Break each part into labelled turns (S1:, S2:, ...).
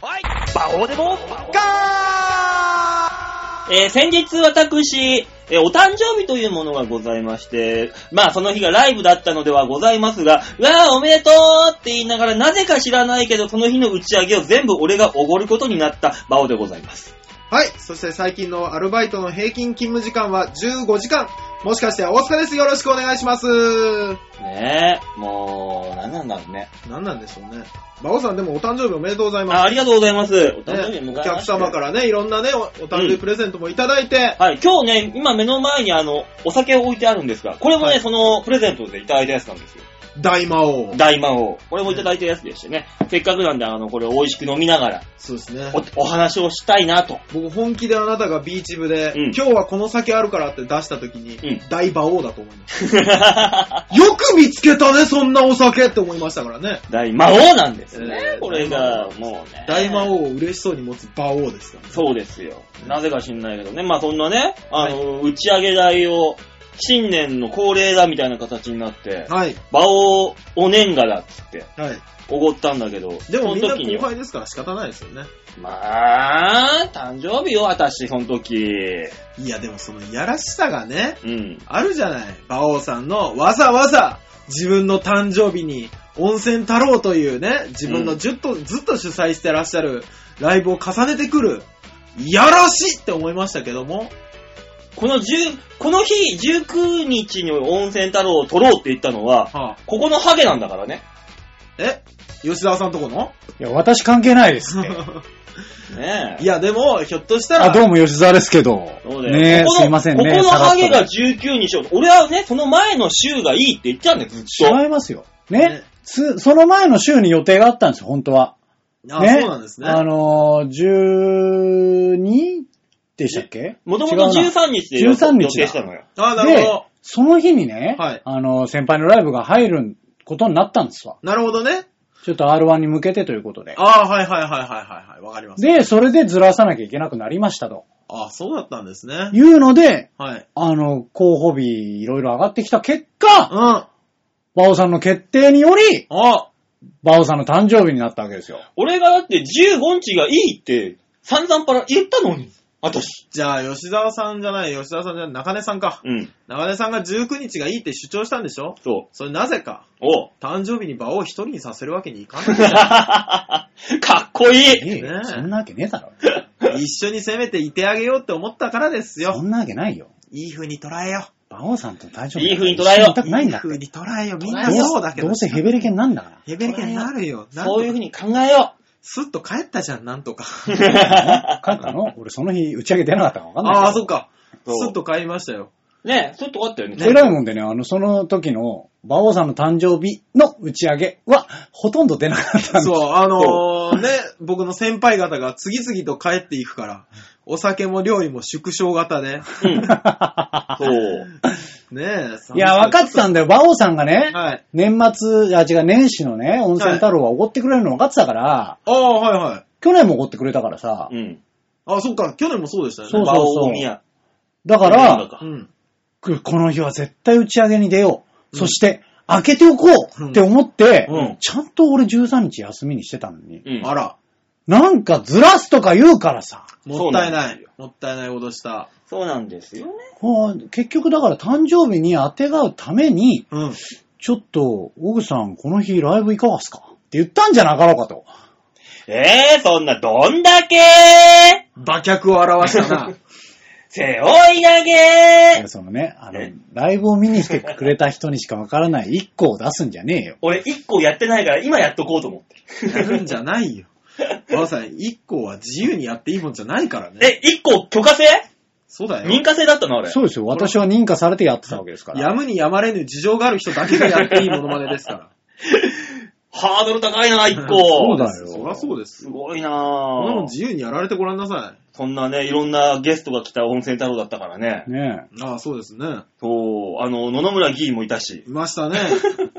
S1: こうでも、ガー
S2: えー先日私、えーお誕生日というものがございまして、まあその日がライブだったのではございますが、うわーおめでとうって言いながらなぜか知らないけどその日の打ち上げを全部俺がおごることになった場をでございます。
S3: はい。そして最近のアルバイトの平均勤務時間は15時間。もしかして大塚です。よろしくお願いします。
S2: ねえ、もう、なんなんだろうね。
S3: 何なんでしょうね。バオさんでもお誕生日おめでとうござ
S2: あ
S3: いま
S2: ありがとうございます。お
S3: す。
S2: 誕生日迎え
S3: ね、お
S2: ま
S3: 客
S2: して
S3: 様からね、いろんなね、おお誕生
S2: うん
S3: 日プレゼントもいただいて、
S2: はい、今日ね、今目の前にあの、お酒を置いてあるんですが、これもね、
S3: はい
S2: そのプレゼントでいただいたやつなんですよ。
S3: 大魔王。
S2: 大魔王。これもいただいたやつでしてね、せっかくなんで、あの、これを美味しく飲みながら、
S3: そうですね。
S2: お、お話をしたいなと。
S3: 僕本気であなたがビーチ部で、
S2: うん
S3: 今日はこの酒あるからって出した時に、
S2: うん
S3: 大馬王だと思いま した。よく見つけたね、そんなお酒って思いましたからね。
S2: 大魔王なんですね、
S3: えー
S2: これが、もうね。
S3: 大魔。王を嬉しそうに持つ馬王ですから、ね。
S2: そうですよ。なぜか知んないけどね、まあそんなね、あの、打ち上げ台を、新年の恒例だみたいな形になって、
S3: はい。
S2: 馬王お年賀だっつって、
S3: はい。
S2: おごったんだけど、
S3: でも
S2: そ
S3: みん
S2: の
S3: な
S2: 時に
S3: 後
S2: は
S3: 輩ですから仕方ないですよね。
S2: まあ、誕生日よ、私、その時。
S3: いや、でもそのいやらしさがね、
S2: うん。
S3: あるじゃない。馬王さんのわざわざ自分の誕生日に温泉太郎というね、自分
S2: う
S3: の
S2: ん
S3: ずっと、ずっと主催してらっしゃるライブを重ねてくる。いやらしいって思いましたけども。
S2: この10、この日、19日に温泉太郎を取ろうって言ったのは、
S3: はあ、
S2: ここのハゲなんだからね。
S3: え吉沢さんとこ の
S1: いや、私関係ないですって。
S2: ねえ。
S3: いや、でも、ひょっとしたら、
S1: あ、どうも吉沢ですけど。
S2: そうだよ
S1: ねえ、
S2: ここの
S1: すいませんね。
S2: ここの
S1: さらっ
S2: ハ
S1: と
S2: ゲが19にしよう。俺はね、その前の週がいいって言ってたんだよ、ずっと。
S1: 違いますよ。
S3: ね
S1: ね。つその前の週に予定があったんですよ、本当は。
S3: あ、
S1: ね。
S3: そうなんですね。
S1: あのー、12でしたっけ
S2: もともと
S1: 違うな
S2: 13日で予
S1: 13日だ
S2: 予定したのよ。
S3: あ、なるほ
S1: で
S3: ど。、
S1: その日にね、
S3: はい
S1: あのー、先輩のライブが入ることになったんですわ。
S3: なるほどね。
S1: ちょっと R1 に向けてということで。
S3: あはいはいはいはいはいはい。わかります。
S1: で、それでずらさなきゃいけなくなりましたと。
S3: あそうだったんですね。
S1: いうので、
S3: はい。
S1: あの、候補日いろいろ上がってきた結果、
S3: うん。あ
S1: バオさんの決定により、バオさんの誕生日になったわけですよ。
S2: 俺がだって15日がいいって散々パラ言ったのに。私。
S3: じゃあ、吉沢さんじゃない、吉沢さんじゃない、中根さんか。
S2: うん。
S3: 中根さんが19日がいいって主張したんでしょ
S2: そう。
S3: それなぜか。
S2: おう。
S3: 誕生日に場を一人にさせるわけにいかない。
S2: かっこいい。
S1: ええ
S3: ねえ
S1: そんなわけねえだろ。
S3: 一緒にせめていてあげようって思ったからです
S1: そ
S3: よ。
S1: んなわけないよ。
S3: いい風に捉えよ
S1: バオさんと誕生
S2: い
S1: 日
S2: い風に捉えよう
S1: 一緒にいた
S3: う。
S1: くないんだ
S3: いい
S1: って。
S3: 風に捉えよう。みんな
S1: どう
S3: そうだけど。
S1: どうせヘベレケンなん だから。
S3: ヘベレケになるよ。なんとか
S2: そういうふうに考えよ
S3: スッと帰ったじゃん、なんとか。
S1: 帰ったの俺その日打ち上げ出なかったからわかんないけど。
S3: ああ、そっか。
S2: そう
S3: スッと帰りましたよ。
S2: う。ねえ、そういうとこあったよね。
S1: えらいもんでね、あの、その時の、馬王さんの誕生日の打ち上げは、ほとんど出なかったん。
S3: そうう、あのーね、僕の先輩方が次々と帰っていくから、お酒も料理も縮小型で、
S2: そう。
S3: ねえ。
S1: いや、分かってたんだよ。馬王さんがね、
S3: はい。
S1: 年末、あ、違う、年始のね、温泉太郎は奢ってくれるの分かってたから、
S3: ああ、はいはい。
S1: 去年も奢ってくれたからさ、
S2: うん。
S3: あ、そっか、去年もそうでしたよね。
S1: そうそう
S2: 馬王宮。
S1: だか
S2: 馬王
S1: ら、
S2: か
S3: うん。
S1: くこの日は絶対打ち上げに出よう。そして、開けておこうって思って、
S3: うん
S1: ちゃんと俺13日休みにしてたのに、
S2: うん。
S3: あら、
S1: なんかずらすとか言うからさ、
S3: もったい
S2: そう
S3: な
S2: なんです
S3: い。もったいないことした。
S2: そうなんですよね。
S1: ほう結局だから誕生日に当てがうために、
S3: うん。
S1: ちょっと、オグさん、この日ライブいかがっすかって言ったんじゃなかろうかと。
S2: ええそんな、どんだけ
S3: 馬脚を表したな。
S2: 背負い投げ
S1: そのね、あの
S2: え、
S1: ライブを見に来てくれた人にしかわからない一個を出すんじゃねえよ。
S2: 俺、一個やってないから、今やっとこうと思って。
S3: やるんじゃないよ。ばあさん、一個は自由にやっていいもんじゃないからね。
S2: え、一個許可制
S3: そうだ
S2: 認
S3: よ。
S2: 可制だったの、俺。
S1: そうですよ。私は認可されてやってたわけですから。
S3: やむにやまれぬ事情がある人だけがやっていいものまねです から。
S2: ハードル高いな、一個。
S1: そうだよ。
S3: そりゃそうです
S2: す
S3: よ。
S2: ごい
S3: こんなもん
S2: なぁ。
S3: 自由にやられてごらんなさい。
S2: そんなね、いろんなゲストが来た温泉太郎だったからね。
S1: ね
S3: ああ、そうですね。
S2: そう、あの、野々村議員もいたし。
S3: いましたね。
S1: え。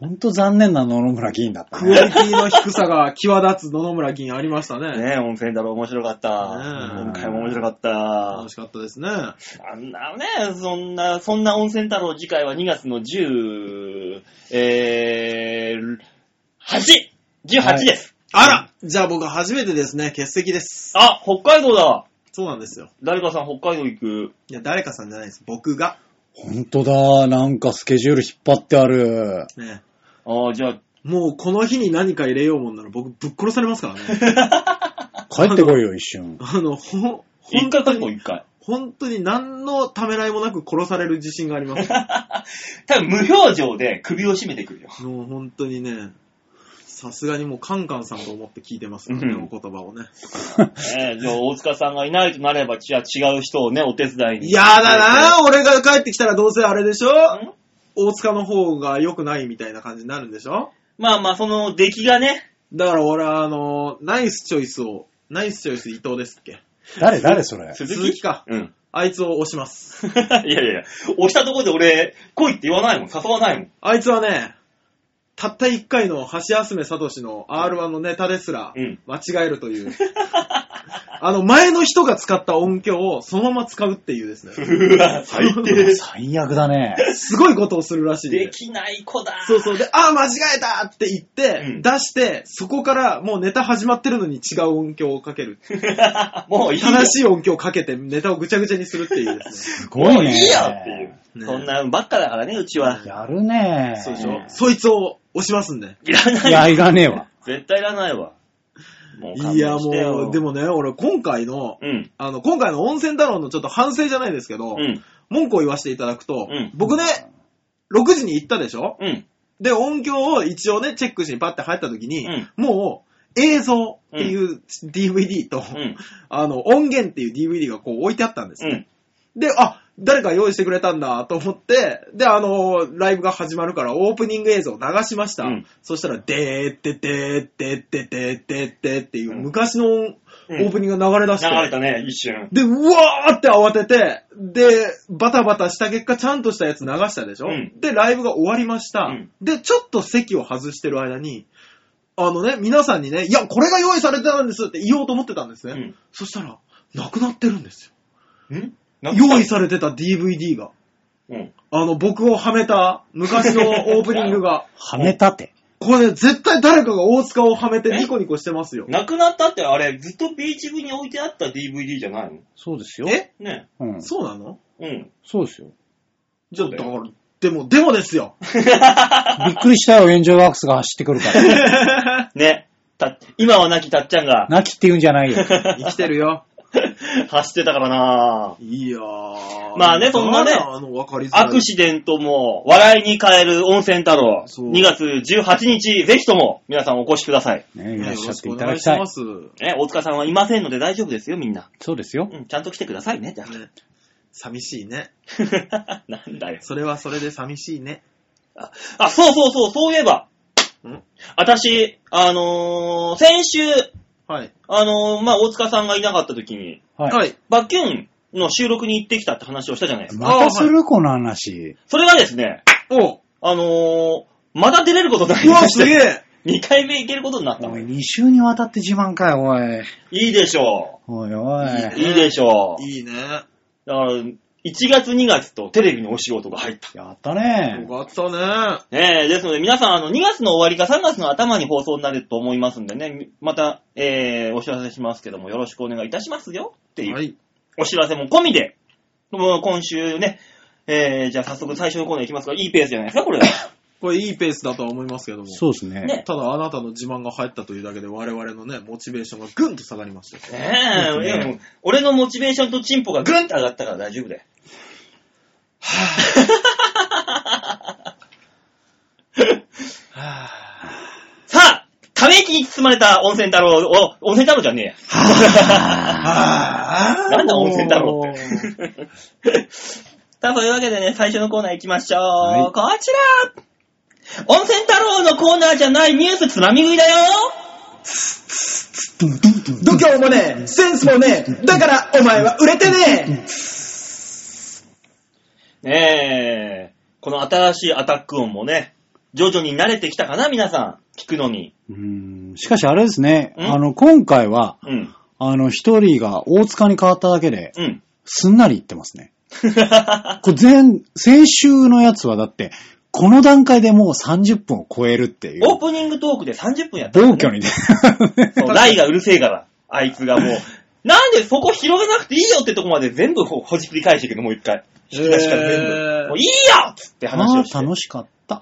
S1: ほんと残念な野々村議員だった
S3: クオリ
S1: ね。
S3: ティの低さが際立つ野々村議員ありましたね。
S2: ね温泉太郎面白かった。
S3: ね
S2: 今回も面白かった。
S3: 楽しかったですね。
S2: あんなね、そんな、そんな温泉太郎次回は2月の10、えー、8!18 です、
S3: あらじゃあ僕初めてですね、欠席です。
S2: あ、北海道だわ。
S3: そうなんですよ。
S2: 誰かさん北海道行く。
S3: いや、誰かさんじゃないです。僕が。
S1: ほんとだ。なんかスケジュール引っ張ってある。
S3: ね。
S2: ああ、じゃあ、
S3: もうこの日に何か入れようもんなら僕ぶっ殺されますから ね。
S1: 帰ってこいよ、一瞬。
S3: あの、ほん、
S2: 一
S3: 本
S2: 回
S3: 当
S2: 過去
S3: に、
S2: 一回。
S3: 本当に何のためらいもなく殺される自信があり ます。
S2: 多分無表情で首を絞めてくるよ。
S3: もう本当にね、さすがにもうカンカンさんと思って聞いてますからね、
S2: うん
S3: お言葉をね。
S2: ねえじゃあ大塚さんがいないとなれば、じゃあ違う人をね、お手伝いに。
S3: 嫌だなぁ、俺が帰ってきたらどうせあれでしょ
S2: ん
S3: 大塚の方が良くないみたいな感じになるんでしょ
S2: まあまあ、その出来がね、
S3: だから俺はあの、ナイスチョイスを、ナイスチョイス伊藤ですっけ
S1: 誰、誰それ。
S2: 鈴木
S3: 鈴木か。
S2: うん。
S3: あいつを押しま す。
S2: いやいやいや、押したところで俺、来いって言わないもん、誘わないもん。
S3: あいつはね、たった一回の橋休めさとしの R1 のネタですら
S2: うん、
S3: 間違えるという。あの、前の人が使った音響をそのまま使うっていうですね。
S2: うわ、 最低。
S1: 最悪だね。
S3: すごいことをするらしいん
S2: で
S3: で。
S2: きない子だ。
S3: そう そう。で、あー間違えたって言って、
S2: うん
S3: 出して、そこからもうネタ始まってるのに違う音響をかける。
S2: もういいよ。
S3: 正しい音響をかけてネタをぐちゃぐちゃにするっていうですね。
S1: すごい
S2: もう
S1: ね。
S2: いいやっていう。
S3: ね
S2: そんなんばっかだからね、うちは。
S1: やるね。
S3: そうでし
S2: う
S3: ょ
S2: ん
S3: そいつを押しますんで。
S2: いらない
S1: いや、いらねえわ。
S2: 絶対いらないわ。もう勘
S3: いや
S2: 弁してよ
S3: もう、で。もね、俺今回の、
S2: うん。
S3: あの、今回の温泉太郎のちょっと反省じゃないですけ
S2: う
S3: ど、
S2: ん。
S3: 文句を言わせていただくと、
S2: うん
S3: 僕ね、6時に行ったでしょ
S2: うん。
S3: で、音響を一応ね、チェックしにパッて入った時に、
S2: うん
S3: もう、映像っていう DVD と、
S2: うん。
S3: あの、音源っていう DVD がこう置いてあったんです
S2: う
S3: ね。
S2: ん。
S3: で、あ、誰か用意してくれたんだと思って、で、あのーライブが始まるからオープニング映像を流しました。
S2: うん
S3: そしたら、でーってでーってでーってでーってってい
S2: う
S3: う
S2: ん
S3: 昔のオープニングが流れ出して、
S2: 流れたね、一瞬。
S3: で、うわーって慌てて、で、バタバタした結果、ちゃんとしたやつ流したでしょ、
S2: うん
S3: で、ライブが終わりました、
S2: うん
S3: で、ちょっと席を外してる間に、あのね、皆さんにね、いや、これが用意されてたんですって言おうと思ってたんですね。
S2: うん
S3: そしたら、なくなってるんですよ。
S2: ん
S3: 用意されてた DVD が。
S2: うん。
S3: あの、僕をはめた昔のオープニングが。
S1: はめたて。
S3: これ、絶対誰かが大塚をはめて
S2: え
S3: ニコニコしてますよ。
S2: なくなったってあれ、ずっとビーチ部に置いてあった DVD じゃないの
S1: そうですよ。
S3: え
S2: ね。
S1: うん。
S3: そうなの
S2: うん。
S1: そうですよ。
S3: じゃあ、
S2: そう
S3: だ
S2: だ
S3: か
S2: よ
S3: ら、でも、でもですよ。
S1: びっくりしたよ、炎上ワークスが走ってくるから。
S2: ね。た、今はなきたっちゃんが
S1: 泣きって言うんじゃないよ。
S3: 生きてるよ。
S2: 走ってたからない
S3: やー。
S2: まあねそんなね
S3: あの、わかりづらい。
S2: アクシデントも笑いに変える温泉太郎。
S3: そう
S2: 2月18日、ぜひとも皆さんお越しください。
S1: ね、
S3: ね
S1: い
S3: よ
S1: らっ
S3: ろ
S1: しゃっ
S3: してくお
S1: いただ
S3: 願い
S1: き
S3: した
S1: い
S3: ま。す。
S2: ね、大塚さんはいませんので大丈夫ですよ、みんな。
S1: そうですよ。
S2: うん、ちゃんと来てくださいね、じゃ
S3: ね寂しいね。
S2: あ。 なんだよ。
S3: それはそれで寂しいね。
S2: あ、そうそうそう、そういえば。
S3: ん
S2: 私、あのー、先週、
S3: はい。
S2: あのー、まあ、大塚さんがいなかった時に、
S1: はい。
S3: はい。
S2: バッキュンの収録に行ってきたって話をしたじゃないですか。
S1: またする、この話。
S2: それがですね、
S3: おう
S2: あのー、また出れることになり
S3: う
S2: ま
S3: わ、
S2: して
S3: すげえ
S2: 2回目行けることになった
S1: お
S2: の
S1: い、
S2: よ。
S1: 2週にわたって自慢かよ、おい。
S2: いいでしょ
S1: おいお
S3: いい
S2: うん
S1: い。
S2: いいでしょう
S3: いいね。
S2: だから、1月2月とテレビのお仕事が入った。
S1: やったね
S3: よ。かったね。
S2: ねえ、ですので皆さん、あの、2月の終わりか3月の頭に放送になると思いますんでね、また、えー、お知らせしますけども、よろしくお願いいたしますよっていう、
S3: はい。
S2: お知らせも込みで、もう今週ね、えー、じゃあ早速最初のコーナーいきますか。いいペースじゃないですか、こ れは。
S3: これいいペースだとは思いますけども。
S1: そうですね。
S2: ね
S3: ただあなたの自慢が入ったというだけで我々のね、モチベーションがぐんと下がりましたよ。
S2: ねえ、いやもう俺のモチベーションとチンポがグンって上がったから大丈夫だよ。さあ、ため息に包まれた温泉太郎を、温泉太郎じゃねえや。
S3: あ
S2: なんだ温泉太郎 っ
S1: って。
S2: て。さあ、というわけでね、最初のコーナー行きましょう。
S1: はい
S2: こちら温泉太郎のコーナーじゃないニュースつまみ食いだよ
S3: 度胸もねえ、センスもねえ、だからお前は売れてね
S2: ねえ、この新しいアタック音もね、徐々に慣れてきたかな、皆さん。聞くのに。
S1: うーんしかしあれですね、
S2: ん
S1: あの、今回は、
S2: うん。
S1: あの、一人が大塚に変わっただけで、
S2: うん。
S1: すんなりいってますね。これ前、先週のやつはだって、この段階でもう30分を超えるってい
S2: オー
S1: う、
S2: プニングトークで30分やった、
S1: 暴挙にね。
S2: そう、ライがうるせえから、あいつが もう。なんでそこ広げなくていいよってとこまで全部ほほじくり返してくるの、もう一回。引き出しから全部。
S3: へー
S2: もういいよっつって話
S1: あ
S2: をし
S1: あ、
S2: て。
S1: 楽しかった。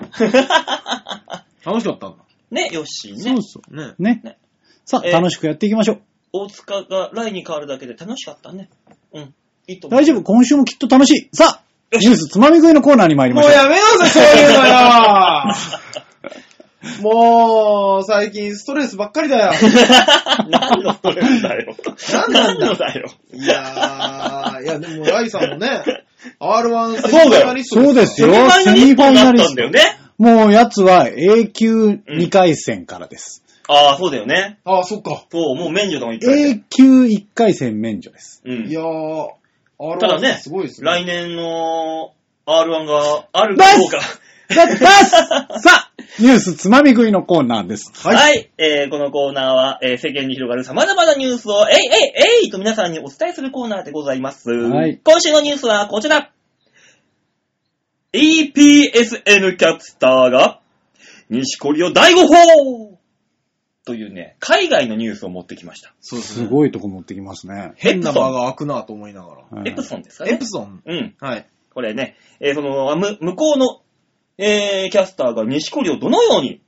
S3: 楽しかったんだ。
S2: ね、ヨッシー
S1: そ
S2: ね
S1: う。そう。
S3: ね。
S1: ね
S2: ね。
S1: さあ、
S2: えー
S1: 楽しくやっていきましょう。
S2: 大塚がライに変わるだけで楽しかったね。うん。いいと思う。
S1: 大丈夫、今週もきっと楽しい。さあ、ニュースつまみ食いのコーナーに参り
S3: も
S1: ま
S3: う
S1: しょう。
S3: やめよう ぜ、そういうのよもう、最近ストレスばっかりだよ。
S2: 何のそれだよ。
S3: 何なんだ
S2: のだよ。
S3: いやー、いや、でも、ライさんもね、R1
S2: そうだよ
S1: そうです
S2: セ
S1: よ
S2: ミファイナリストになったんだよね。
S1: もうやつは永久2回戦からです。
S2: ああ、そうだよね。
S3: ああ、そっか。
S2: そう、もう免除の一回
S1: 永久1回戦免除です。
S2: う
S3: い
S2: ん。
S3: やー、R1
S2: ただね
S3: すごいですね。
S2: 来年の R1 があるかどうか。
S1: だだっさあ、ニュースつまみ食いのコーナーです。
S2: はい、えーこのコーナーは、えー世間に広がる様々なニュースを、えいえいえいと皆さんにお伝えするコーナーでございます。
S1: はい
S2: 今週のニュースはこちら。EPSN キャスターが、西コリオ第5報というね、海外のニュースを持ってきました。
S3: そうです
S1: す
S3: ね。
S1: ごいとこ持ってきますね。
S2: ヘ
S3: 変
S2: プ
S3: な間
S2: ソン。
S3: が開くなと思いながら。
S1: はい
S2: エプソンですか
S3: エ
S2: ね
S3: プ。ソン。
S2: うん。
S3: はい。
S2: これね、えーその、あむ向こうの、えーキャスターが西コリをどのように、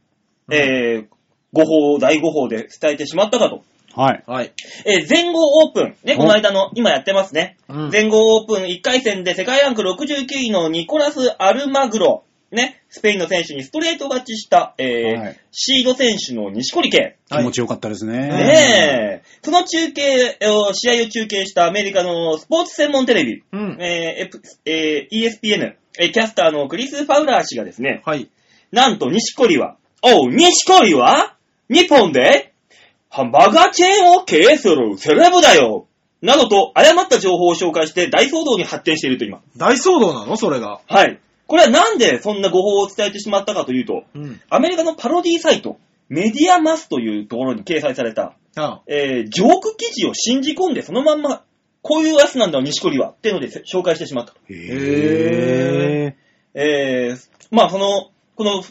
S2: えー、誤報、第誤報で伝えてしまったかと。
S1: はい。
S3: はい。
S2: えー全豪オープン、ね、
S1: お
S2: この間の、今やってますね。
S3: うん
S2: 全豪オープン1回戦で世界ランク69位のニコラス・アルマグロ、ね、スペインの選手にストレート勝ちした、えー
S1: はい
S2: シード選手の西堀圭。
S1: 気持ちよかったですね。
S2: ねえ、その中継を、試合を中継したアメリカのスポーツ専門テレビ、
S3: うん。
S2: えーエプえー ESPN、えーキャスターのクリス・ファウラー氏がですね、
S3: はい。
S2: なんと西堀は、おう、西堀は、日本で、ハンバーガーチェーンを経営するセレブだよなどと、誤った情報を紹介して大騒動に発展していると今。
S3: 大騒動なのそれが。
S2: はい。これはなんでそんな誤報を伝えてしまったかというと、
S3: うん。
S2: アメリカのパロディサイト、メディアマスというところに掲載された、
S3: あ
S2: えージョーク記事を信じ込んでそのまんま、こういうやつなんだよ、西堀は。っていうので紹介してしまった。
S1: へえ。
S2: えー、まあ、その、この、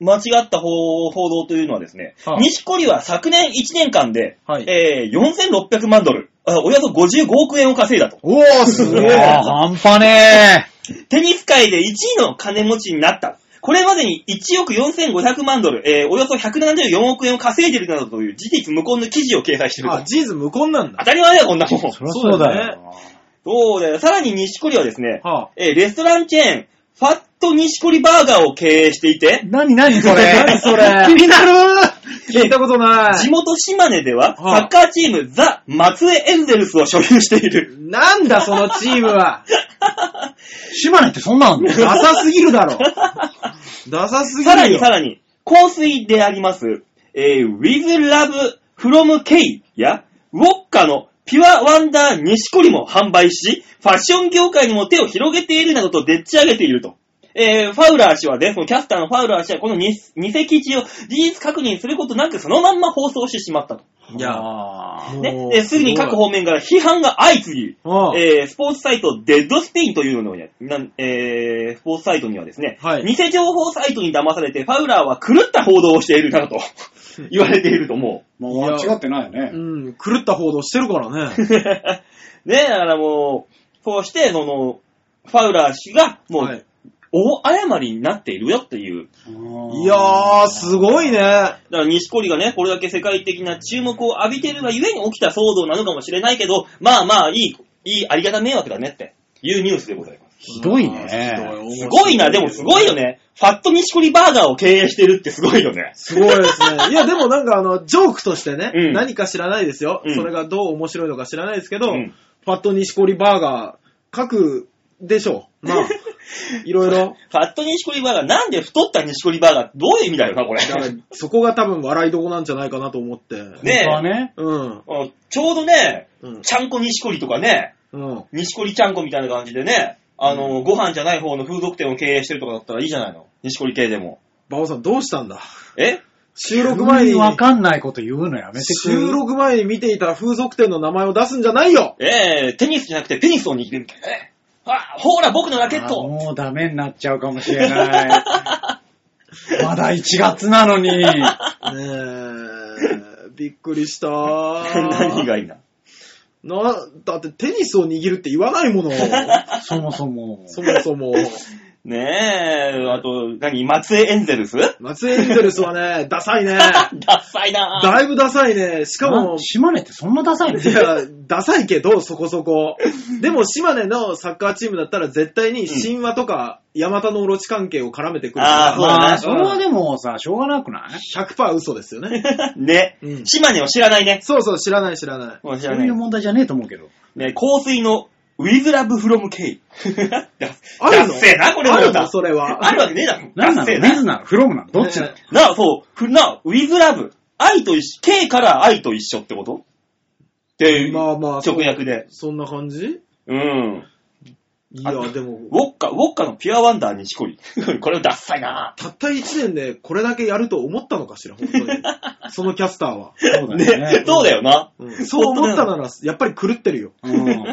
S2: 間違った報報道というのはですね、
S3: はい
S2: 西堀は昨年1年間で、
S3: はい
S2: えー4600万ドル、あおよそ55億円を稼いだと。
S3: おー、す
S1: う
S3: げ
S1: わ
S3: え。
S1: 半端ね
S2: テニス界で1位の金持ちになった。これまでに1億4500万ドル、えーおよそ174億円を稼いでいるなどという事実無根の記事を掲載していると
S3: あ、。ジーズ無根なん
S2: 当
S3: だ。
S2: たり前だよ、こんなもん。
S1: え。そりゃそうだよ。
S2: そうだよ。さらに西堀はですね、
S3: はあ。
S2: えーレストランチェーン、ファット西堀バーガーを経営していて、
S1: なになにそれ
S3: 何 それ
S1: 気になる
S3: 聞いたことな
S2: 地
S3: い。
S2: 元島根では、
S3: はい
S2: サッカーチーム、ザ・松江エンゼルスを所有している。
S3: なんだ、そのチームは。
S1: 島根ってそんなんあんの
S3: ダサすぎるだろ。ダサすぎるよ。
S2: さらにさらに、香水であります、えー、With Love From K や、ウォッカのピュアワンダー西堀も販売し、ファッション業界にも手を広げているなどとでっち上げていると。えー、ファウラー氏はね、そのキャスターのファウラー氏はこの偽偽記事を事実確認することなくそのまんま放送してしまったと。
S3: いや、
S1: あー
S2: ね
S3: もう、
S2: えーすぐに各方面から批判が相次ぎ、
S3: うん
S2: えースポーツサイト、デッドスピンというのをや、なんえースポーツサイトにはですね、
S3: はい
S2: 偽情報サイトに騙されて、ファウラーは狂った報道をしているなど と言われていると思う。
S1: まあ間違ってないよね。
S3: うん、狂った報道してるか らね。
S2: ねえ、だからもう、こうして、その、ファウラー氏が、もう、
S3: はい
S2: 大誤りになっているよっていう。
S3: いやー、すごいね。
S2: だから、西織がね、これだけ世界的な注目を浴びているがゆえに起きた騒動なのかもしれないけど、まあまあ、いい、いい、ありがた迷惑だねっていうニュースでございます。
S1: ひどい
S3: ひど
S1: ね。
S2: すごいな、でもすごいよ。ね。ファットニシコリバーガーを経営してるってすごいよね。
S3: すごいですね。いや、でもなんかあの、ジョークとしてね、
S2: うん
S3: 何か知らないですよ、
S2: うん
S3: それがどう面白いのか知らないですけ
S2: う
S3: ど、
S2: ん
S3: ファットニシコリバーガー、書くでしょう。ま あ、いろいろ。
S2: ファットニシコリバーガー、なんで太ったニシコリバーガーどういう意味だよな、これ
S3: だ。から、そこが多分笑いどこなんじゃないかなと思って。
S2: ねえ
S1: 本当はね。
S3: うん。
S2: うんちょうどね、
S3: うん。
S2: ちゃんこニシコリとかね、
S3: うん。
S2: ニシコリちゃんこみたいな感じでね、あの、ご飯じゃない方の風俗店を経営してるとかだったらいいじゃないの。ニシコリ系でも。
S3: バオさんどうしたんだ
S2: え
S3: 収録前に、
S1: わかんないこと言うのやめてくれる
S3: 収録前に見ていた風俗店の名前を出すんじゃないよ
S2: えー、テニスじゃなくてペニスを握るみたいなね。あ、ほら、僕のラケッ
S1: あ
S2: ト
S1: もうダメになっちゃうかもしれ ない。まだ1月なのに。
S3: ねえ、びっくりした。
S2: 何がいいな。
S3: な、だってテニスを握るって言わないもの。
S1: そもそも。
S3: そもそも。
S2: ねえ、あと、何松江エンゼルス
S3: 松江エンゼルスはね、ダサいね。
S2: ダッサいな
S3: だいぶダサいね。しかも
S1: な、島根ってそんなダサいの
S3: いや、ダサいけど、そこそこ。でも、島根のサッカーチームだったら絶対に神話とか、ヤマタのオロチ関係を絡めてくる
S2: あーそう
S3: か
S1: まあ、そ
S3: そうだね
S1: れはでもさ、しょうがなくない
S3: ら、100%嘘ですよね。
S2: ね、
S3: うん
S2: 島根を知らないね。
S3: そうそう、知らない知らない。
S2: もう知
S1: そ
S2: ら
S1: う
S2: ない
S1: いう。問題じゃねえと思うけど。
S2: ね、香水の With Love From K。
S3: ある
S2: ダ
S3: の
S2: ッセえな、これも
S3: ある
S2: ダッ
S3: の
S2: セ
S3: それは。
S2: あるわけねえだろ。
S1: なんな
S2: ダッセえ
S1: の
S2: な
S1: 水なのフロムなのどっちなの
S3: ね
S2: なあ、そう、ふなあ、with love。愛と一緒、K から愛と一緒ってことって、
S3: まあまあ、
S2: 直訳で。
S3: そんな感じ
S2: うん。
S3: い
S2: あ
S3: や、でも、
S2: ウォッカ、ウォッカのピュアワンダー西恋。 これダッサいな
S3: たった1年でこれだけやると思ったのかしら、本当に。そのキャスターは。
S1: そうだよ
S2: ね、
S1: ね。
S2: そうだよな。
S3: うんそう思ったなら、やっぱり狂ってるよ。
S1: うん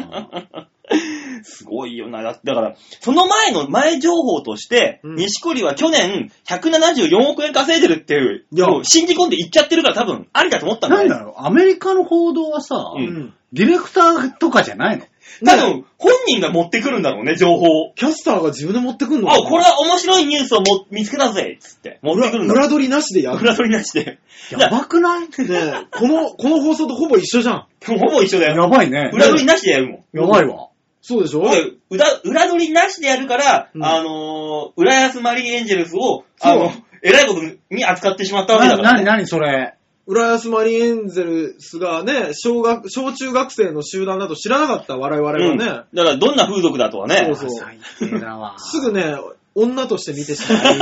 S2: すごいよな。だだから、その前の前情報として、
S3: うん
S2: 西堀は去年174億円稼いでるっていう、
S3: いや
S2: もう信じ込んで言っちゃってるから多分、ありだと思ったんだ
S1: なん
S2: ね。
S1: だろう、アメリカの報道はさ、
S2: うん
S3: うん
S1: ディレクターとかじゃないの
S2: 多分、本人が持ってくるんだろうね、情報を。
S3: キャスターが自分で持ってくんの
S2: あ、
S3: かな
S2: これは面白いニュースをも見つけたぜっつって。持ってくるんだろう
S3: 裏取りなしでやる。
S2: 裏取りなしで。
S1: やばくな
S3: ね
S1: い
S3: えこの、この放送とほぼ一緒じゃん。
S2: ほぼ一緒だよ。
S1: やばいね。
S2: 裏取りなしでやるもん。
S1: やばいわ。
S3: そうでしょ
S2: 俺裏裏取りなしでやるから、
S3: うん
S2: あのー、浦安マリーエンジェルスを、あの
S3: そう、
S2: えらいことに扱ってしまったわけだ
S1: な
S2: から、
S1: な
S2: ね。
S1: になにそれ。
S3: 浦安マリンエンゼルスがね、小学、小中学生の集団だと知らなかった、我々は
S2: うん、
S3: ね。
S2: だから、どんな風俗だとはね
S3: そう。そう
S1: 最低だわ。
S3: すぐね、女として見てし ま
S1: 最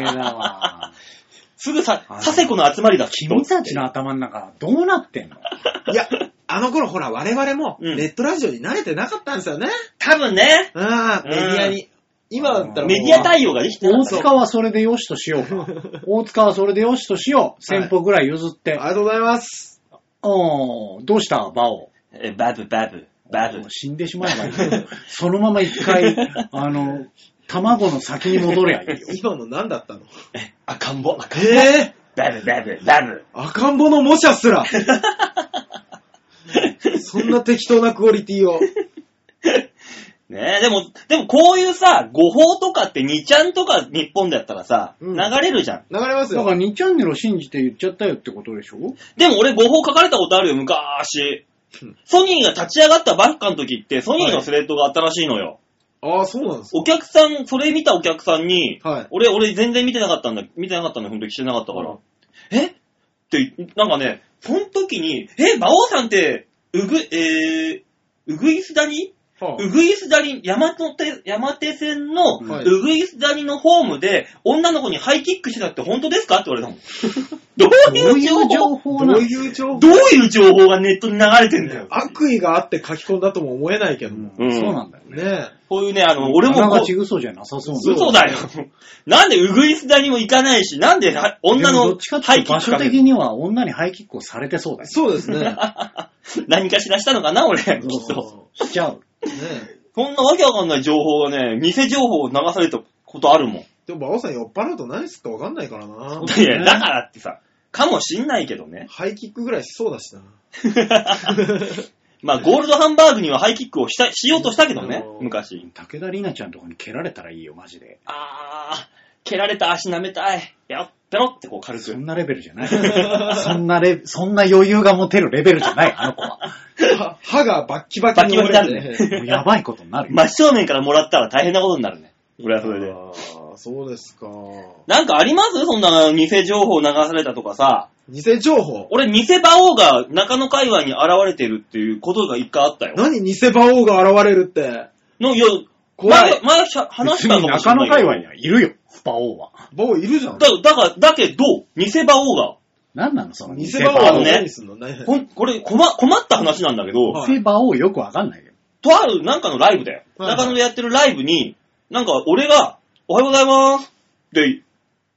S3: う。
S1: 低だわ。
S2: すぐさ、
S1: あの
S2: 佐世子の集まりだ、きっと
S1: 君たちの頭の中、どうなってんの
S3: いや、あの頃ほら、我々も
S2: うん
S3: ネットラジオに慣れてなかったんですよね。
S2: 多分ね、
S3: うん、メディアに。今だったらもう
S2: メディア対応ができてなか
S1: 大
S2: った
S1: 塚はそれでよしとしようか。大塚はそれでよしとしよう。先歩ぐらい譲って。
S3: ありがとうございます。
S1: おーどうしたバオ。
S2: えバブ、バブ、バブ
S1: もう。死んでしまえばいいよ。 そのまま一回、あの、卵の先に戻り ゃいいよ。
S3: 今の何だったの
S2: 赤ん坊、赤ん坊。
S3: え
S2: バブ、バブ、バブ。
S3: ぇ、赤ん坊の模写すら。そんな適当なクオリティを。
S2: ねえ、でも、でもこういうさ、誤報とかって2ちゃんとか日本だったらさ、
S3: うん
S2: 流れるじゃん。
S3: 流れます
S1: だ
S3: よ
S1: か。ら2チャンネルを信じて言っちゃったよってことでしょ
S2: でも俺誤報書かれたことあるよ、昔
S3: うん。
S2: ソニーが立ち上がったばっかの時って、ソニーのスレッドがあったらしいのよ。
S3: ああ、そうなんですか
S2: お客さん、それ見たお客さんに、
S3: はい
S2: 俺、俺全然見てなかったんだ、見てなかったんだ、その時してなかったから。
S3: うん
S2: えって、なんかね、その時に、え、馬王さんって、うぐ、えー、うぐいすだに
S3: は
S2: うぐいすだり、山手、山手線の、
S1: は
S3: いう
S2: ぐいすだりのホームで、女の子にハイキックしてたって本当ですかって言われたもん。どう
S1: ど
S2: いう
S1: うい
S2: 情
S1: う
S2: 報
S1: 情
S3: あ
S1: 報
S3: ど
S1: な
S3: う
S1: の
S3: いう情報
S2: どういう情報がネットに流れてんだよ。
S3: 悪意があって書き込んだとも思えないけども。
S1: う
S2: うんん
S1: そうなんだよね。
S3: ね
S2: こういうね、あの、俺も
S1: あな
S2: こ
S1: が
S2: う
S1: ち、嘘じゃなさそう
S3: そう
S2: 嘘だよ。なんでうぐいすだにも行かないし、なんでは
S1: な。
S2: 女
S1: でもど
S2: の
S1: っちかって
S2: ハ
S1: い
S2: イ
S1: う
S2: キ
S1: と場
S2: ック
S1: 所
S2: かけ
S1: 的には女にハイキックをされてそう
S3: え。
S1: だよ。
S3: そうですね。ね
S2: 何かしらしたのかな、俺。きっと。
S1: そう。しちゃう。
S3: え
S2: そんなわけわかんない情報がね、偽情報を流されたことあるもん。
S3: でも、馬王さん酔っ払うと何すっかわかんないからな
S1: そう。だ
S2: い
S1: ね
S2: や、だからってさ、かもしんないけどね。
S3: ハイキックぐらいしそうだしな。
S2: まあ、ゴールドハンバーグにはハイキックをしたしようとしたけどね
S3: う、ん
S2: 昔。
S1: 武田里奈ちゃんとかに蹴られたらいいよ、マジで。
S2: あー、蹴られた足舐めたい。やっぺろってこう軽
S1: そ
S2: く。
S1: んなレベルじゃない。そんなレ、そんな余裕が持てるレベルじゃない、あの子は。
S3: は歯がバッキバキに折れて
S2: バッキバキになるね
S1: もうやばいことになるよ。
S2: 真正面からもらったら大変なことになるね。俺 はそれで。
S3: ああ、そうですか。
S2: なんかありますそんな偽情報流されたとかさ。
S3: 偽情報。
S2: 俺、偽馬王が中野界隈に現れてるっていうことが一回あったよ。
S3: 何偽馬王が現れるって。
S2: の、いや、
S3: 怖い
S2: 前、前しゃ話したか
S1: 別に
S2: もしれな
S1: 中野
S2: いけど。
S1: 界隈にはいるよ、馬王は。
S3: 馬王いるじゃん。
S2: だ、だから、だけど、偽馬王が、
S1: なんなの、その
S3: 偽
S1: 偽
S3: 馬
S1: 馬
S3: 王
S2: あ
S3: は
S2: の
S1: 王。
S2: ね
S3: 何すんのね
S2: こんこれ困、困った話なんだけど、
S3: はい
S1: 偽馬王よくわかんないよ。
S2: とあるなんかのライブだよ。
S3: はいはい
S2: 中野でやってるライブに、なんか俺が、おはようございますで、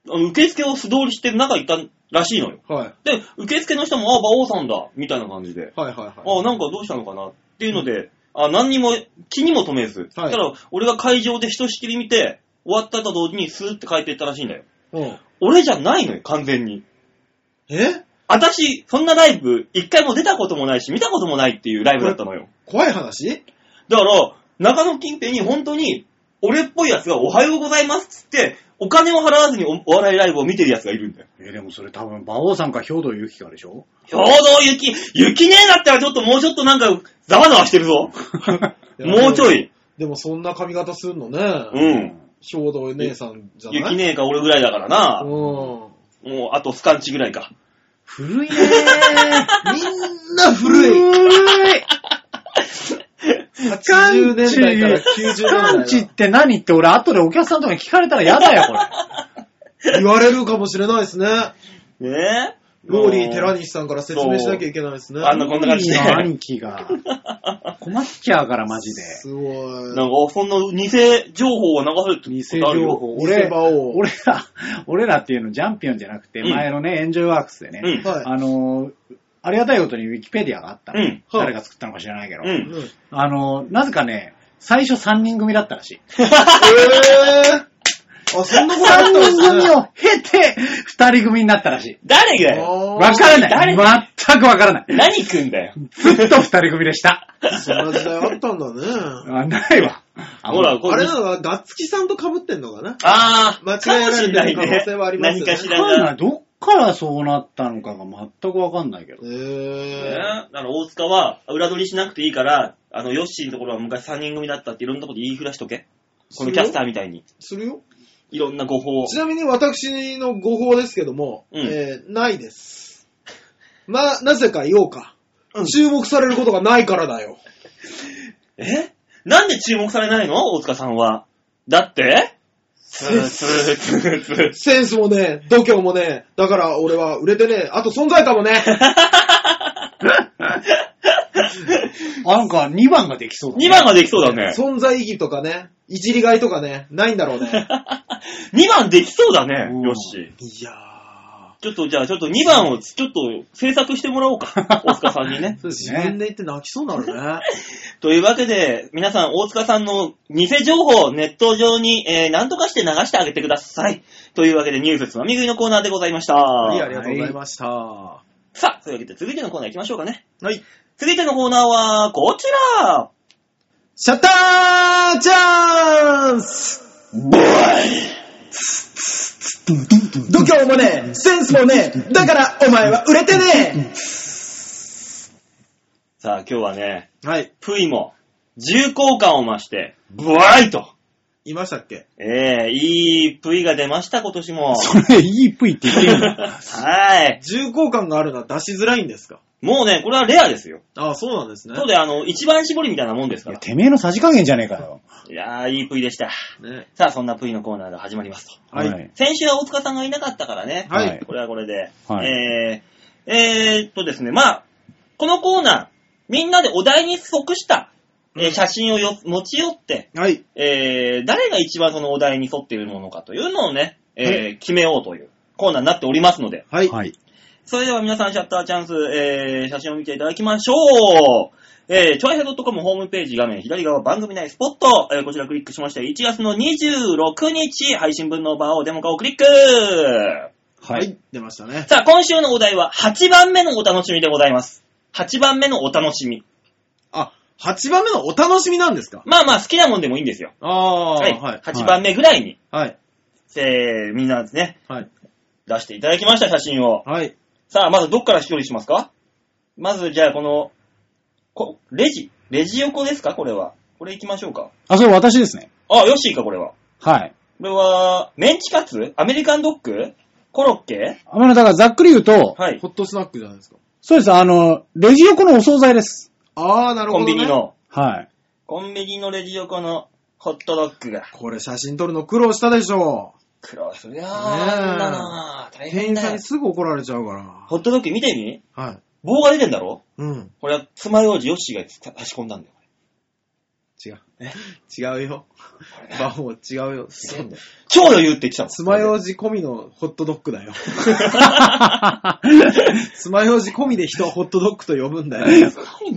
S2: あの受付を素通りして中行ったらしいのよ。
S3: はい。
S2: で、受付の人も、あ、馬王さんだ、みたいな感じで。
S3: はいはいはい。
S2: あ、なんかどうしたのかなっていうので、あ何にも気にも留めず、そしたら俺が会場でひとしきり見て、終わったと同時にスーって帰っていったらしいんだよ。
S3: うん。
S2: 俺じゃないのよ、完全に。
S3: え
S2: 私、そんなライブ、一回も出たこともないし、見たこともないっていうライブだったのよ。
S3: 怖い話
S2: だから、中野近辺に本当に、俺っぽいやつがおはようございますっつって、お金を払わずにおお笑いライブを見てるやつがいるんだよ。
S1: えーでもそれ多分、馬王さんか兵藤ゆきかでしょ
S2: 兵道雪、雪ねえだったらちょっともうちょっとなんか、ざわざわしてるぞ。もうちょい。
S3: でもそんな髪型すんのね。
S2: う。。
S1: うん
S3: 兵道姉さんじゃない
S2: 雪ねえか俺ぐらいだから
S3: う
S2: な。
S3: ん。
S2: もう、あとスカンチぐらいか。
S1: 古いねー。
S3: みんな古い。
S1: 古い。
S3: 80年代から90年代だ。
S1: カンチって何って俺後でお客さんとかに聞かれたら嫌だよ、これ。
S3: 言われるかもしれないですね。
S2: ねえ。
S3: ローリー・寺西さんから説明しなきゃいけないですね。
S2: そうあのこんな感じで
S1: いいよ兄 貴が。困っちゃうから、マジで。
S3: すごい。
S2: なんか、そんな偽情報を流せるって
S1: 偽
S2: ことある
S1: 情
S2: よ。
S1: 報。
S3: 偽
S1: 俺、
S3: 馬王
S1: 俺ら、俺らっていうのジャンピオンじゃなくて、
S2: うん
S1: 前のね、エンジョイワークスでね、
S2: うん。
S3: はい。
S1: あのー、ありがたいことにウィキペディアがあったの。
S2: うん
S1: 誰が作ったのか知らないけど。
S2: うん。
S3: うん
S1: あのー、なぜかね、最初3人組だったら しい。
S3: えー、あ、そんなことあった
S1: 3
S3: んです
S1: 人組
S3: ね。
S1: を経て、2人組になったらしい。
S2: 誰がよ
S3: あー
S1: わからな
S2: 誰
S1: い。
S2: だ
S1: 全くわからない。
S2: 何くんだよ。
S1: ずっと2人組でした。
S3: そんな時代あったんだね。
S1: あないわ。あ
S2: ほら、こ
S3: あ
S2: れ
S3: れなのは、ガッツキさんと被ってんのかな
S2: あー、
S3: 間違えられてる可能性はありますよね
S2: 何かし
S1: わかんな
S2: ら
S1: い。どっからそうなったのかが全くわかんないけど
S3: え。
S2: ね
S3: ー、
S2: だから大塚は裏取りしなくていいから、あの、ヨッシーのところは昔3人組だったっていろんなこと言いふらしとけ。このキャスターみたいに。
S3: するよ。
S2: いろんな誤報を。
S3: ちなみに私の誤報ですけども、
S2: うん
S3: えーないです。な、なぜか言おうか
S2: うん。
S3: 注目されることがないからだよ。
S2: えなんで注目されないの大塚さんは。だってスースースースー。
S3: センスもね、度胸もね、だから俺は売れてね、あと存在感も ね。
S1: あなんか2番ができそうだ、
S2: 2番ができそうだね。
S3: 存在意義とかね、いじりがいとかね、ないんだろ うね。
S2: 2番できそうだね
S1: う、ん
S2: ヨッシー。
S3: いや
S2: ちょっとじゃあ、ちょっと2番をちょっと制作してもらおう か。大塚さんにね
S3: ー。。自分で言って泣きそうな るね。
S2: というわけで、皆さん、大塚さんの偽情報をネット上に、えー、なんとかして流してあげてください。というわけで、ニュースつまみ食いのコーナーでございました。
S3: はい、
S1: や
S3: ありがとうございました。は
S2: さあ、というわけで、続いてのコーナー行きましょうかね。
S3: い。
S2: 続いてのコーナーは、こちら
S3: シャッターチャンス度胸もね、センスもね、だからお前は売れてね
S2: さあ、今日はね、
S3: はい。
S2: プイも、重厚感を増して、ブワイと。
S3: いましたっけ
S2: えー、いいプイが出ました、今年も。
S1: それ、いいぷいって言ってい いの
S2: はい。
S3: 重厚感があるのは出しづらいんですか
S2: もうね、これはレアですよ。
S3: ああ、そうなんですね
S2: そう。で、あの、一番絞りみたいなもんですか
S1: いや
S2: ら。
S1: てめえのさじ加減じゃねえかよ。
S2: いやー、いいプイでした。
S3: ね
S2: さあ、そんなプイのコーナーが始まりますと。
S3: はい
S2: 先週は大塚さんがいなかったからね。
S3: はい
S2: これはこれで。
S1: はい
S2: えー、えーっとですね、まあ、このコーナー、みんなでお題に即した、えー
S3: うん
S2: 写真をよ持ち寄って、
S3: はい。
S2: えー、誰が一番そのお題に沿っているものかというのをね、えー決めようというコーナーになっておりますので、
S3: はい。
S1: はい。
S2: それでは皆さんシャッターチャンス、えー、写真を見ていただきましょう。えー、ちょいへ .com ホームページ画面左側番組内スポット、えー、こちらクリックしまして、1月の26日配信分のバーをデモ化をクリック
S1: は。
S3: はいい。出ましたね。
S2: さあ、今週のお題は8番目のお楽しみでございます。8番目のお楽しみ。
S3: あ、8番目のお楽しみなんですか
S2: まあまあ好きなもんでもいいんですよ。
S3: ああ、
S2: はい。
S3: はい。
S2: 8番目ぐらいに、
S3: はい。
S2: えー、みんなですね、
S3: はい。
S2: 出していただきました、写真を。
S3: はい。
S2: さあ、まずどっから処理しますかまず、じゃあ、この、こ、レジレジ横ですかこれは。これ行きましょうか。
S1: あ、それ私ですね。
S2: あ、ヨッシーか、これは。
S1: はい。
S2: これは、メンチカツアメリカンドッグコロッケ
S1: あの、だからざっくり言うと、
S2: はい
S3: ホ。ットスナックじゃないですか。
S1: そうです、あの、レジ横のお惣菜です。
S3: ああ、なるほ
S2: コ
S3: ど、
S2: ン
S3: ね。
S2: ビニ。の、
S1: はい。
S2: コンビニのレジ横のホットドッグが。
S3: これ写真撮るの苦労したでしょ。
S2: 苦労するよー。
S3: ねえ
S2: あんななー大
S3: 店
S2: 変
S3: 員さ
S2: だ
S3: ん
S2: よ
S3: に。すぐ怒られちゃうか
S2: ホットドッグ見てみ
S3: ら。はい。
S2: 棒が出てんだろ
S3: うん。
S2: これは、爪楊枝ヨッシーが差し込んだんだよ。
S3: 違う。違うよ。バオ違うよ。そ
S2: なんだよ超余裕って言ってたもん。
S3: 爪楊枝込みのホットドッグ だよ。爪楊枝込みで人はホットドッグと呼ぶんだよ。
S2: ないん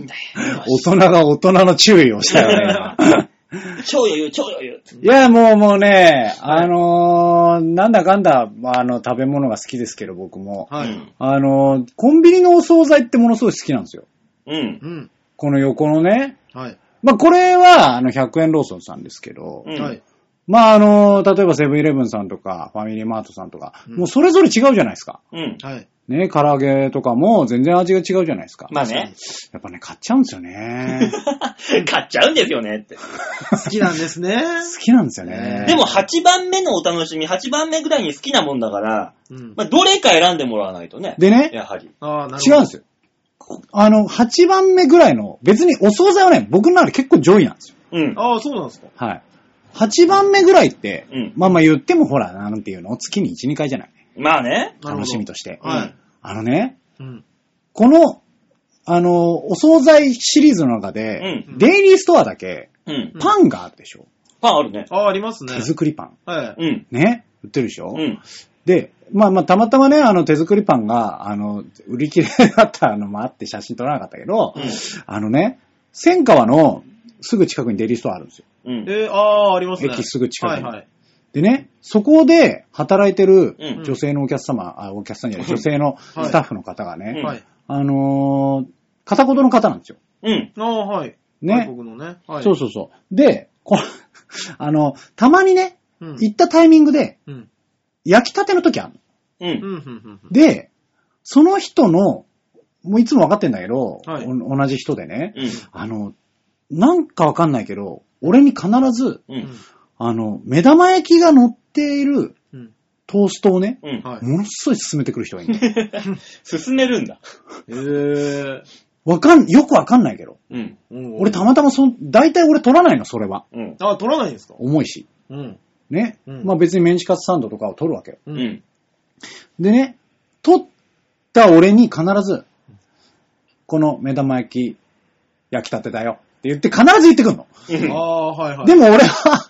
S2: だよ。
S1: 大人が大人の注意をしたよ ね。今
S2: 超余裕、超余裕って。
S1: いや、もうもうね、あのー、なんだかんだ、まああの、食べ物が好きですけど、僕も。
S3: は
S2: う
S3: い。
S2: ん
S1: あのー、コンビニのお惣菜ってものすごい好きなんですよ。
S2: うん。
S3: うん。
S1: この横のね。
S3: はい。
S1: まあ、これは、あの、100円ローソンさんですけど、
S2: うん
S3: はい。
S1: まあ、あのー、例えばセブンイレブンさんとか、ファミリーマートさんとか、
S3: うん
S1: もうそれぞれ違うじゃないですか。
S2: うん。
S3: はい。
S1: ね、唐揚げとかも全然味が違うじゃないですか。
S2: まあね。
S1: やっぱね、買っちゃうんですよね。
S2: 買っちゃうんですよねって。
S3: 好きなんです ね。
S1: 好きなんですよね。
S2: でも8番目のお楽しみ、8番目ぐらいに好きなもんだから、
S3: うん。
S2: まあ、どれか選んでもらわないとね。
S1: でね、
S2: やはり。
S3: ああ、なるほ
S1: 違
S3: ど。
S1: うんですよ。あの、8番目ぐらいの、別にお惣菜はね、僕の中で結構上位なんですよ。
S2: うん。
S3: ああ、そうなんですか。
S1: はい。8番目ぐらいって、
S2: うん
S1: まあまあ言ってもほら、なんていうの、月に1、2回じゃない
S2: まあね。
S3: なるほど
S1: 楽しみとして。
S3: はい。
S1: あのね、
S3: うん。
S1: この、あの、お惣菜シリーズの中
S2: う
S1: で、
S2: ん。
S1: デイリーストアだけ、
S2: うん。
S1: パンがあるでしょ。
S2: パンあるね。
S3: ああ、ありますね
S1: 手。作りパン。
S3: はい。
S2: うん。
S1: ね売ってるでしょ、
S2: うん。
S1: で、まあまあ、たまたまね、あの、手作りパンが、あの、売り切れだったのもあって写真撮らなかったけど、あのね、千川のすぐ近くにデイリーストアあるんですよ。
S2: うん。
S3: えー、ああ、ありますね。
S1: 駅すぐ近く
S3: はい
S1: に。
S3: はい。
S1: でね、そこで働いてる
S2: うん
S1: 女性のお客様、あ、お客さんじゃない、女性
S3: は
S1: の
S3: い
S1: スタッフの方が
S2: う
S1: ね、
S2: ん
S3: はい。
S1: あのー片言の方なんですよ。
S2: うん。
S3: ああ、はい。
S1: ね。
S3: 僕のね。はい。
S1: そうそうそう。で、こ あの、たまにね、
S3: うん。
S1: 行ったタイミングで、
S3: うん。
S1: 焼きたての時ある
S2: う。
S1: の。
S3: うんん。うん。
S1: で、その人の、もういつも分かってんだけど、
S3: はい
S1: お同じ人でね、
S2: うん。
S1: あの、なんか分かんないけど、俺に必ず、
S2: う
S3: うん
S2: ん。
S1: あの、目玉焼きが乗っている
S3: うん。
S1: トーストをね、
S2: うん。
S3: はい。
S1: ものすごい進めてくる人がいるの。
S2: 進めるんだ。
S3: えー。
S1: わかん、よくわかんないけど。
S2: うん。
S1: 俺
S3: 俺
S1: たまたまそん、大体俺取らないの、それは。
S2: うん。
S3: あ、取らないんですか
S1: 重いし。
S3: うん。
S1: ね。
S3: うん
S1: まあ別にメンチカツサンドとかを取るわけよ。
S3: う。
S2: うんん。
S1: でね、取った俺に必ず、この目玉焼き、焼きたてだよって言って必ず言ってくんの。
S2: うん
S3: ああ、はいはい。
S1: でも俺は、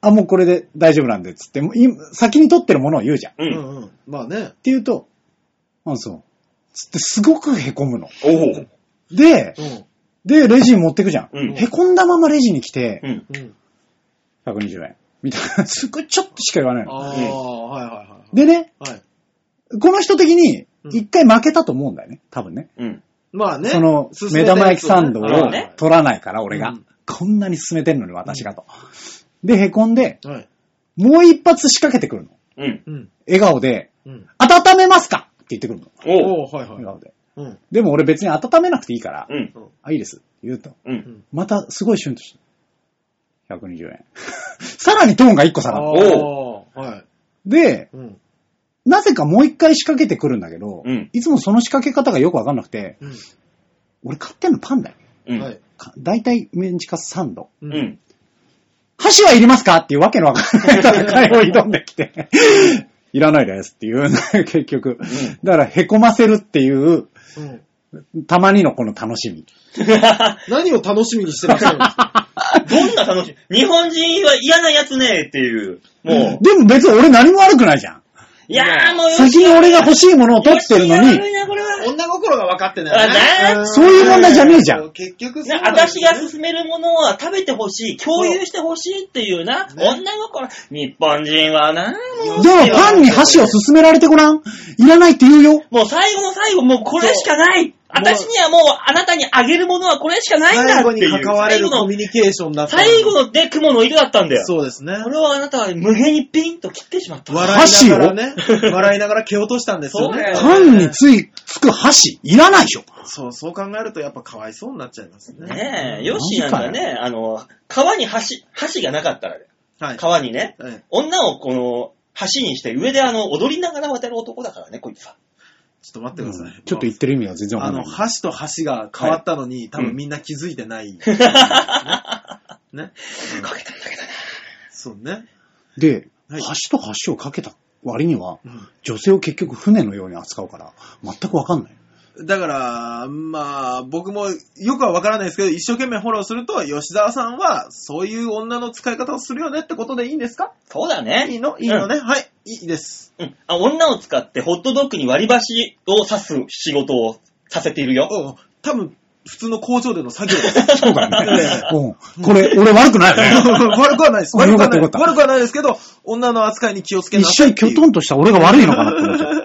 S1: あ、もうこれで大丈夫なんで、つって、もうい先に取ってるものを言うじゃん。っ
S2: う。
S3: うんんうん。まあね。
S1: て言うと、あ、そう。つってすごく凹むの。
S2: おお。
S1: で、
S3: うん。
S1: で、レジに持ってくじゃん。
S2: うん
S1: 凹んだままレジに来て、
S2: うん。
S3: うん。
S1: 120円。みたいな。すごい、ちょっとしか言わない
S3: あ
S1: の。
S3: あ、はいはいはい。
S1: でね、
S3: はい。
S1: この人的に、
S3: うん
S1: 一回負けたと思うんだよね。多分ね。
S2: うん。
S3: まあね。
S1: その、
S3: 進めたやつを
S1: 目玉焼きサンドを
S2: なるほどね
S1: 取らないから、俺
S3: う
S1: が
S3: ん。
S1: こんなに進めてんのに、私がと。で、凹んで、
S3: はい。
S1: もう一発仕掛けてくるの。
S2: うん。
S3: うん。
S1: 笑顔で、
S3: うん。
S1: 温めますかって言ってくるの。
S2: おお。
S3: おおはい
S1: 笑
S3: はい。
S1: 顔で。
S3: うん。
S1: でも俺別に温めなくていいから、
S2: うん。
S1: あ、いいです。って言うと。
S2: うん。
S1: また、すごいシュンとした。120円。 さらにトーンが一個下がる。
S2: お
S3: あーはい。
S1: で、
S3: うん。
S1: なぜかもう一回仕掛けてくるんだけど、
S2: うん
S1: いつもその仕掛け方がよくわかんなくて、
S3: う
S1: 俺買ってんのパンだよ。
S2: うん
S3: ん。。はい。
S1: か大体メンチカツサンド。
S3: う
S2: う。ん。
S1: 箸はいりますかっていうわけのわかんない戦いを挑んできて、 いらないですっていう、結局。だから、凹ませるっていう、
S3: うん。
S1: たまにのこの楽しみ。
S3: 何を楽しみにしてらっしゃるんですか
S2: どんな楽しみ日本人は嫌なやつねっていう。もう。
S1: でも別に俺何も悪くないじゃん。
S2: いやーもう
S1: 先に俺が欲しいものを取
S2: 取
S1: ってるのに、
S2: な、これは。
S3: 女心が分かって
S2: あね
S3: うん
S1: そういう問題じゃねえじゃん
S3: 結局そう
S2: な、
S3: なんだよね
S2: 私が勧めるものは食べてほしい、共有してほしいっていうな、
S3: ね
S2: 女心。日本人はな、もう。
S1: でもパンに箸を勧められてごらん。いらないって言うよ。
S2: もう最後の最後、もうこれしかない。私にはもうあなたにあげるものはこれしかないんだ
S3: 最後
S2: って
S3: に
S2: いう。
S3: 関われる
S2: 最後
S3: コ
S2: の
S3: ミュニケーションだった。
S2: 最後ので雲の色だったんだよ。
S3: そうですね。
S2: これをあなたは無限にピンと切ってしまった。
S3: 笑いながらね、笑いながら蹴落としたんです
S2: そ
S3: よ
S2: う
S3: ね
S2: だ。よ
S1: パンについ、つく箸、いらないでしょ。
S3: そう、そう考えるとやっぱかわいそうになっちゃいますね。
S2: ねえ、よしなんだね、あの、川に橋、橋がなかったらね、
S3: はい。
S2: 川にね、
S3: はい
S2: 女をこの、橋にして、上であの、踊りながら渡る男だからね、こいつは。
S3: ちょっと待ってください。
S1: ちょっと言ってる意味が全然わ
S3: あ
S1: かんな
S3: の、
S1: い。
S3: 箸と箸が変わったのに、多分みんな気づいてない。ね。
S2: かけたんだ
S3: ねうん
S2: けどね。
S3: そうね。
S1: で、
S3: はい
S1: 橋と橋をかけた割には、
S3: うん
S1: 女性を結局船のように扱うから、全くわかんない。
S3: だから、まあ、僕もよくはわからないですけど、一生懸命フォローすると、吉沢さんは、そういう女の使い方をするよねってことでいいんですか
S2: そうだ
S3: いい
S2: ね。
S3: のいいのね、はい、いいです。
S2: うんあ。女を使ってホットドッグに割り箸を刺す仕事をさせているよ。
S3: おう多分、普通の工場での作業です。
S1: そうだね
S3: ね。
S1: うん。これ、俺悪くないよ ね。
S3: 悪くはないです。
S1: あ
S3: 悪く
S1: よか
S3: は
S1: った
S3: ない。
S1: よかった
S3: 悪くはないですけど、女の扱いに気をつけな
S1: 一
S3: さい
S1: 瞬、
S3: って
S1: キ
S3: いう
S1: ョトンとした俺が悪いのかなって思っちゃう。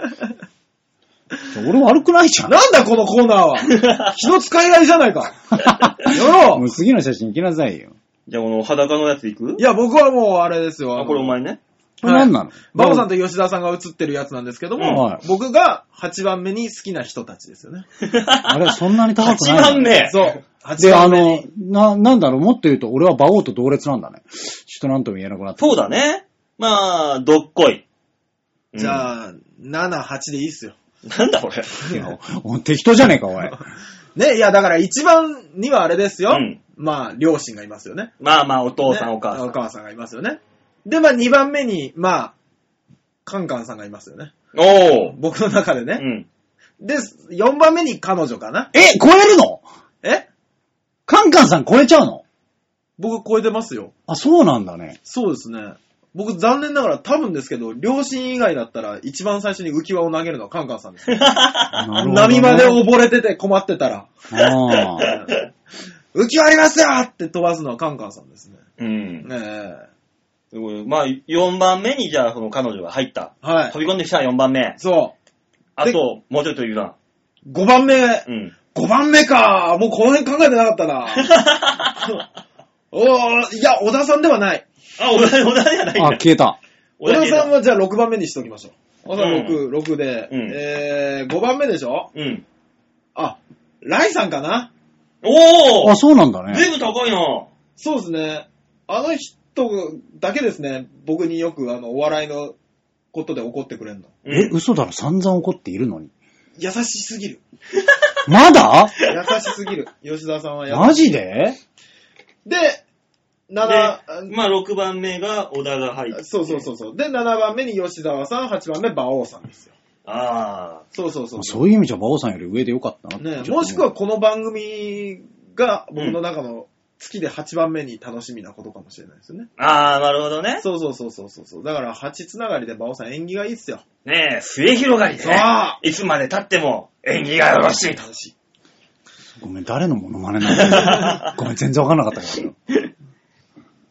S1: 俺悪くないじゃん。
S3: なんだこのコーナー は気の使い合いじゃないか やろ
S1: も
S3: う
S1: う次の写真行きなさいよ。
S2: じゃあこの裸のやついく
S3: いや、僕はもうあれですよ。
S2: あ、これお前ね。
S1: これ何なの
S3: バオさんと吉田さんが映ってるやつなんですけども、
S1: はい
S3: 僕が8番目に好きな人たちですよね。
S1: あれ、そんなに高くな
S2: 8
S1: い。
S2: 番。目。
S3: そう。8
S1: で、あ
S3: 番目
S1: の
S3: に。、
S1: な、なんだろう、もっと言うと、俺は馬王と同列なんだね。ちょっとなんとも言えなくなった。
S2: そうだね。まあ、どっこい。うん
S3: じゃあ、7、8でいいっすよ。
S2: なんだこ れ。
S1: い やお適当じゃねえか、おい。
S3: ね、いや、だから1番にはあれですよ。
S2: うん
S3: まあ、両親がいますよね。
S2: まあまあ、お父さん、
S3: ね
S2: お母さん。
S3: お母さんがいますよね。で、まあ、2番目に、まあ、カンカンさんがいますよね。
S2: おー。
S3: 僕の中で
S2: う
S3: ね。
S2: ん。
S3: で、4番目に彼女かな。
S1: え、超えるの
S3: え
S1: カンカンさん超えちゃうの
S3: 僕超えてますよ。
S1: あ、そうなんだ ね。
S3: そうですね。僕残念ながら多分ですけど、両親以外だったら一番最初に浮き輪を投げるのはカンカンさ んです。
S1: なるほどね
S3: 波まで溺れてて困ってた ら、
S1: ああ
S3: 浮き輪ありますよって飛ばすのはカンカンさんですね。
S2: うん。
S3: ね
S2: すごいまあ、4番目に、じゃあ、その彼女が入った。
S3: え。はい
S2: 飛。び込んできた4番目。
S3: そ
S2: あと、もうちょっと言うな。
S3: う。5番目。
S2: うん。
S3: 5番目か。もうこの辺考えてなかった な。おー、いや、小田さんではない。
S2: あ、小田、小田じゃないん
S1: あ、
S2: だ。
S1: 消えた。
S2: 小
S3: 小
S2: 田
S3: 田
S2: 切
S3: さん
S2: だ。
S3: はじゃあ6番目にしておきましょう。小田さん6、6で、
S2: うん
S3: えー、5番目でしょ
S2: うん。
S3: あ、ライさんかな
S2: お
S1: あ、
S2: ー
S1: そうなんだ
S2: ずいぶ
S1: ね。
S2: ん高いな。
S3: そうですね。あの人だけですね。僕によくあの、お笑いのことで怒ってくれるの。
S2: うん
S1: え、嘘だろ、散々怒っているのに。
S3: 優しすぎる。
S1: まだ
S3: 優しすぎる。 吉田さんは優しい。
S1: マジで
S3: で、
S2: で
S3: 7、
S2: まあ、6番目が小田が入っ
S3: あ
S2: て。。
S3: そうそうそううそう。で、7番目に吉沢さん、8番目、馬王さんですよ。
S2: あ
S3: そうそうそう
S1: そういう意味じゃ、馬王さんより上でよかったなってちょ
S3: ね
S1: っと
S3: え、
S1: 思
S3: も
S1: う
S3: しくは、この番組が僕の中の月で8番目に楽しみなことかもしれないですよね。
S2: あ。ああ、なるほどね。
S3: そうそうそうそうそうそう。だから8つながりで馬王さん縁起がいいっすよ。
S2: ねえ、末広がりで、
S3: そう
S2: いつまで経っても縁起がよろしいと。
S3: しい。
S1: ごめん、誰のモノマネなんだ よごめん、全然わかんなかったけど。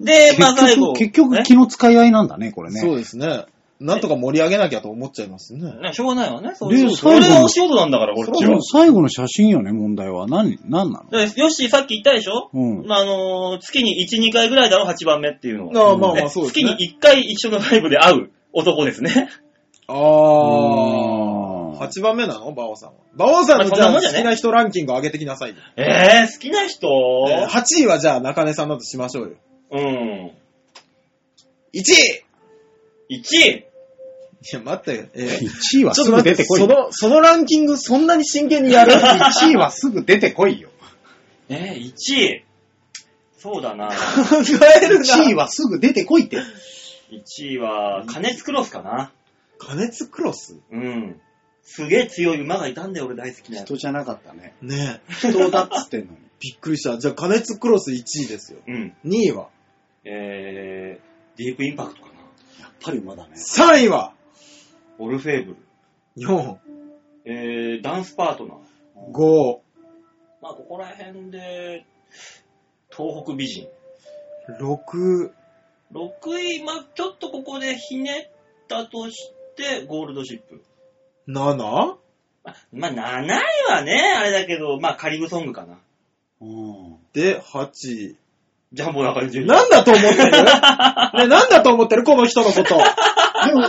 S2: で、まあ
S1: 結
S2: 最後。
S1: 局、結局
S2: ね
S1: 気の使い合いなんだね、これね。
S3: そうですね。なんとか盛り上げなきゃと思っちゃいますね。
S2: ねしょうがないわね。そう
S1: で
S2: いうそ
S1: 最後
S2: れ
S1: の
S2: がお仕事なんだから、こっち
S1: で
S2: は
S1: も。最後の写真よね、問題は。何、何な
S2: だ
S1: の
S2: からヨッシーさっき言ったでしょ
S1: うん
S2: まあ、あのー月に1、2回ぐらいだろ、8番目っていうのは。
S3: ああ、まあま
S2: ね
S3: あそうです
S2: 月
S3: ね。
S2: に1回一緒のライブで会う男ですね。
S3: あ
S1: あー
S3: あ。8番目なの馬王さんは。馬王さんの
S2: まあそ
S3: じ
S2: んな
S3: ゃあ
S2: もん
S3: 好
S2: じゃね
S3: きな人ランキング上げてきなさいよ。
S2: えー、好きな人、
S3: えー8位はじゃあ中根さんだとしましょうよ。
S2: うん。
S3: 1位
S2: 1位
S3: いや、待って。えー
S1: 1位は
S3: ちょっ
S1: す
S3: と
S1: ぐ
S3: 待
S1: 出
S3: ってて、
S1: こい
S3: そ
S1: よ。
S3: の、そのランキングそんなに真剣に やる
S1: 1位はすぐ出てこいよ。
S2: えー、1位。そうだな。
S3: 考えるな。
S1: 1位はすぐ出てこいって。
S2: 1位は、加熱クロスかな。
S3: 加熱クロス
S2: うん。すげえ強い馬がいたんだよ、俺大好きなやつ。
S1: 人じゃなかったね。
S3: ねえ。
S1: 人だっつってんのに。
S3: びっくりした。じゃあ加熱クロス1位ですよ。
S2: うん。
S3: 2位は
S2: えー、ディープインパクトかな。
S1: やっぱり馬だね。
S3: ?3 位は
S2: オルフェーブル。
S3: ?4、
S2: えー、ダンスパートナー。
S3: 5、
S2: まあ、ここら辺で、東北美人。
S3: 6、
S2: 6位、まあ、ちょっとここでひねったとして、ゴールドシップ。
S3: 7?
S2: まあ、7位はね、あれだけど、まあ、カリブソングかな。
S1: うん。
S3: で、8位。
S2: ジャンボ中で
S3: なんだと思ってるね、なんだと思ってるこの人のこと。
S1: でも、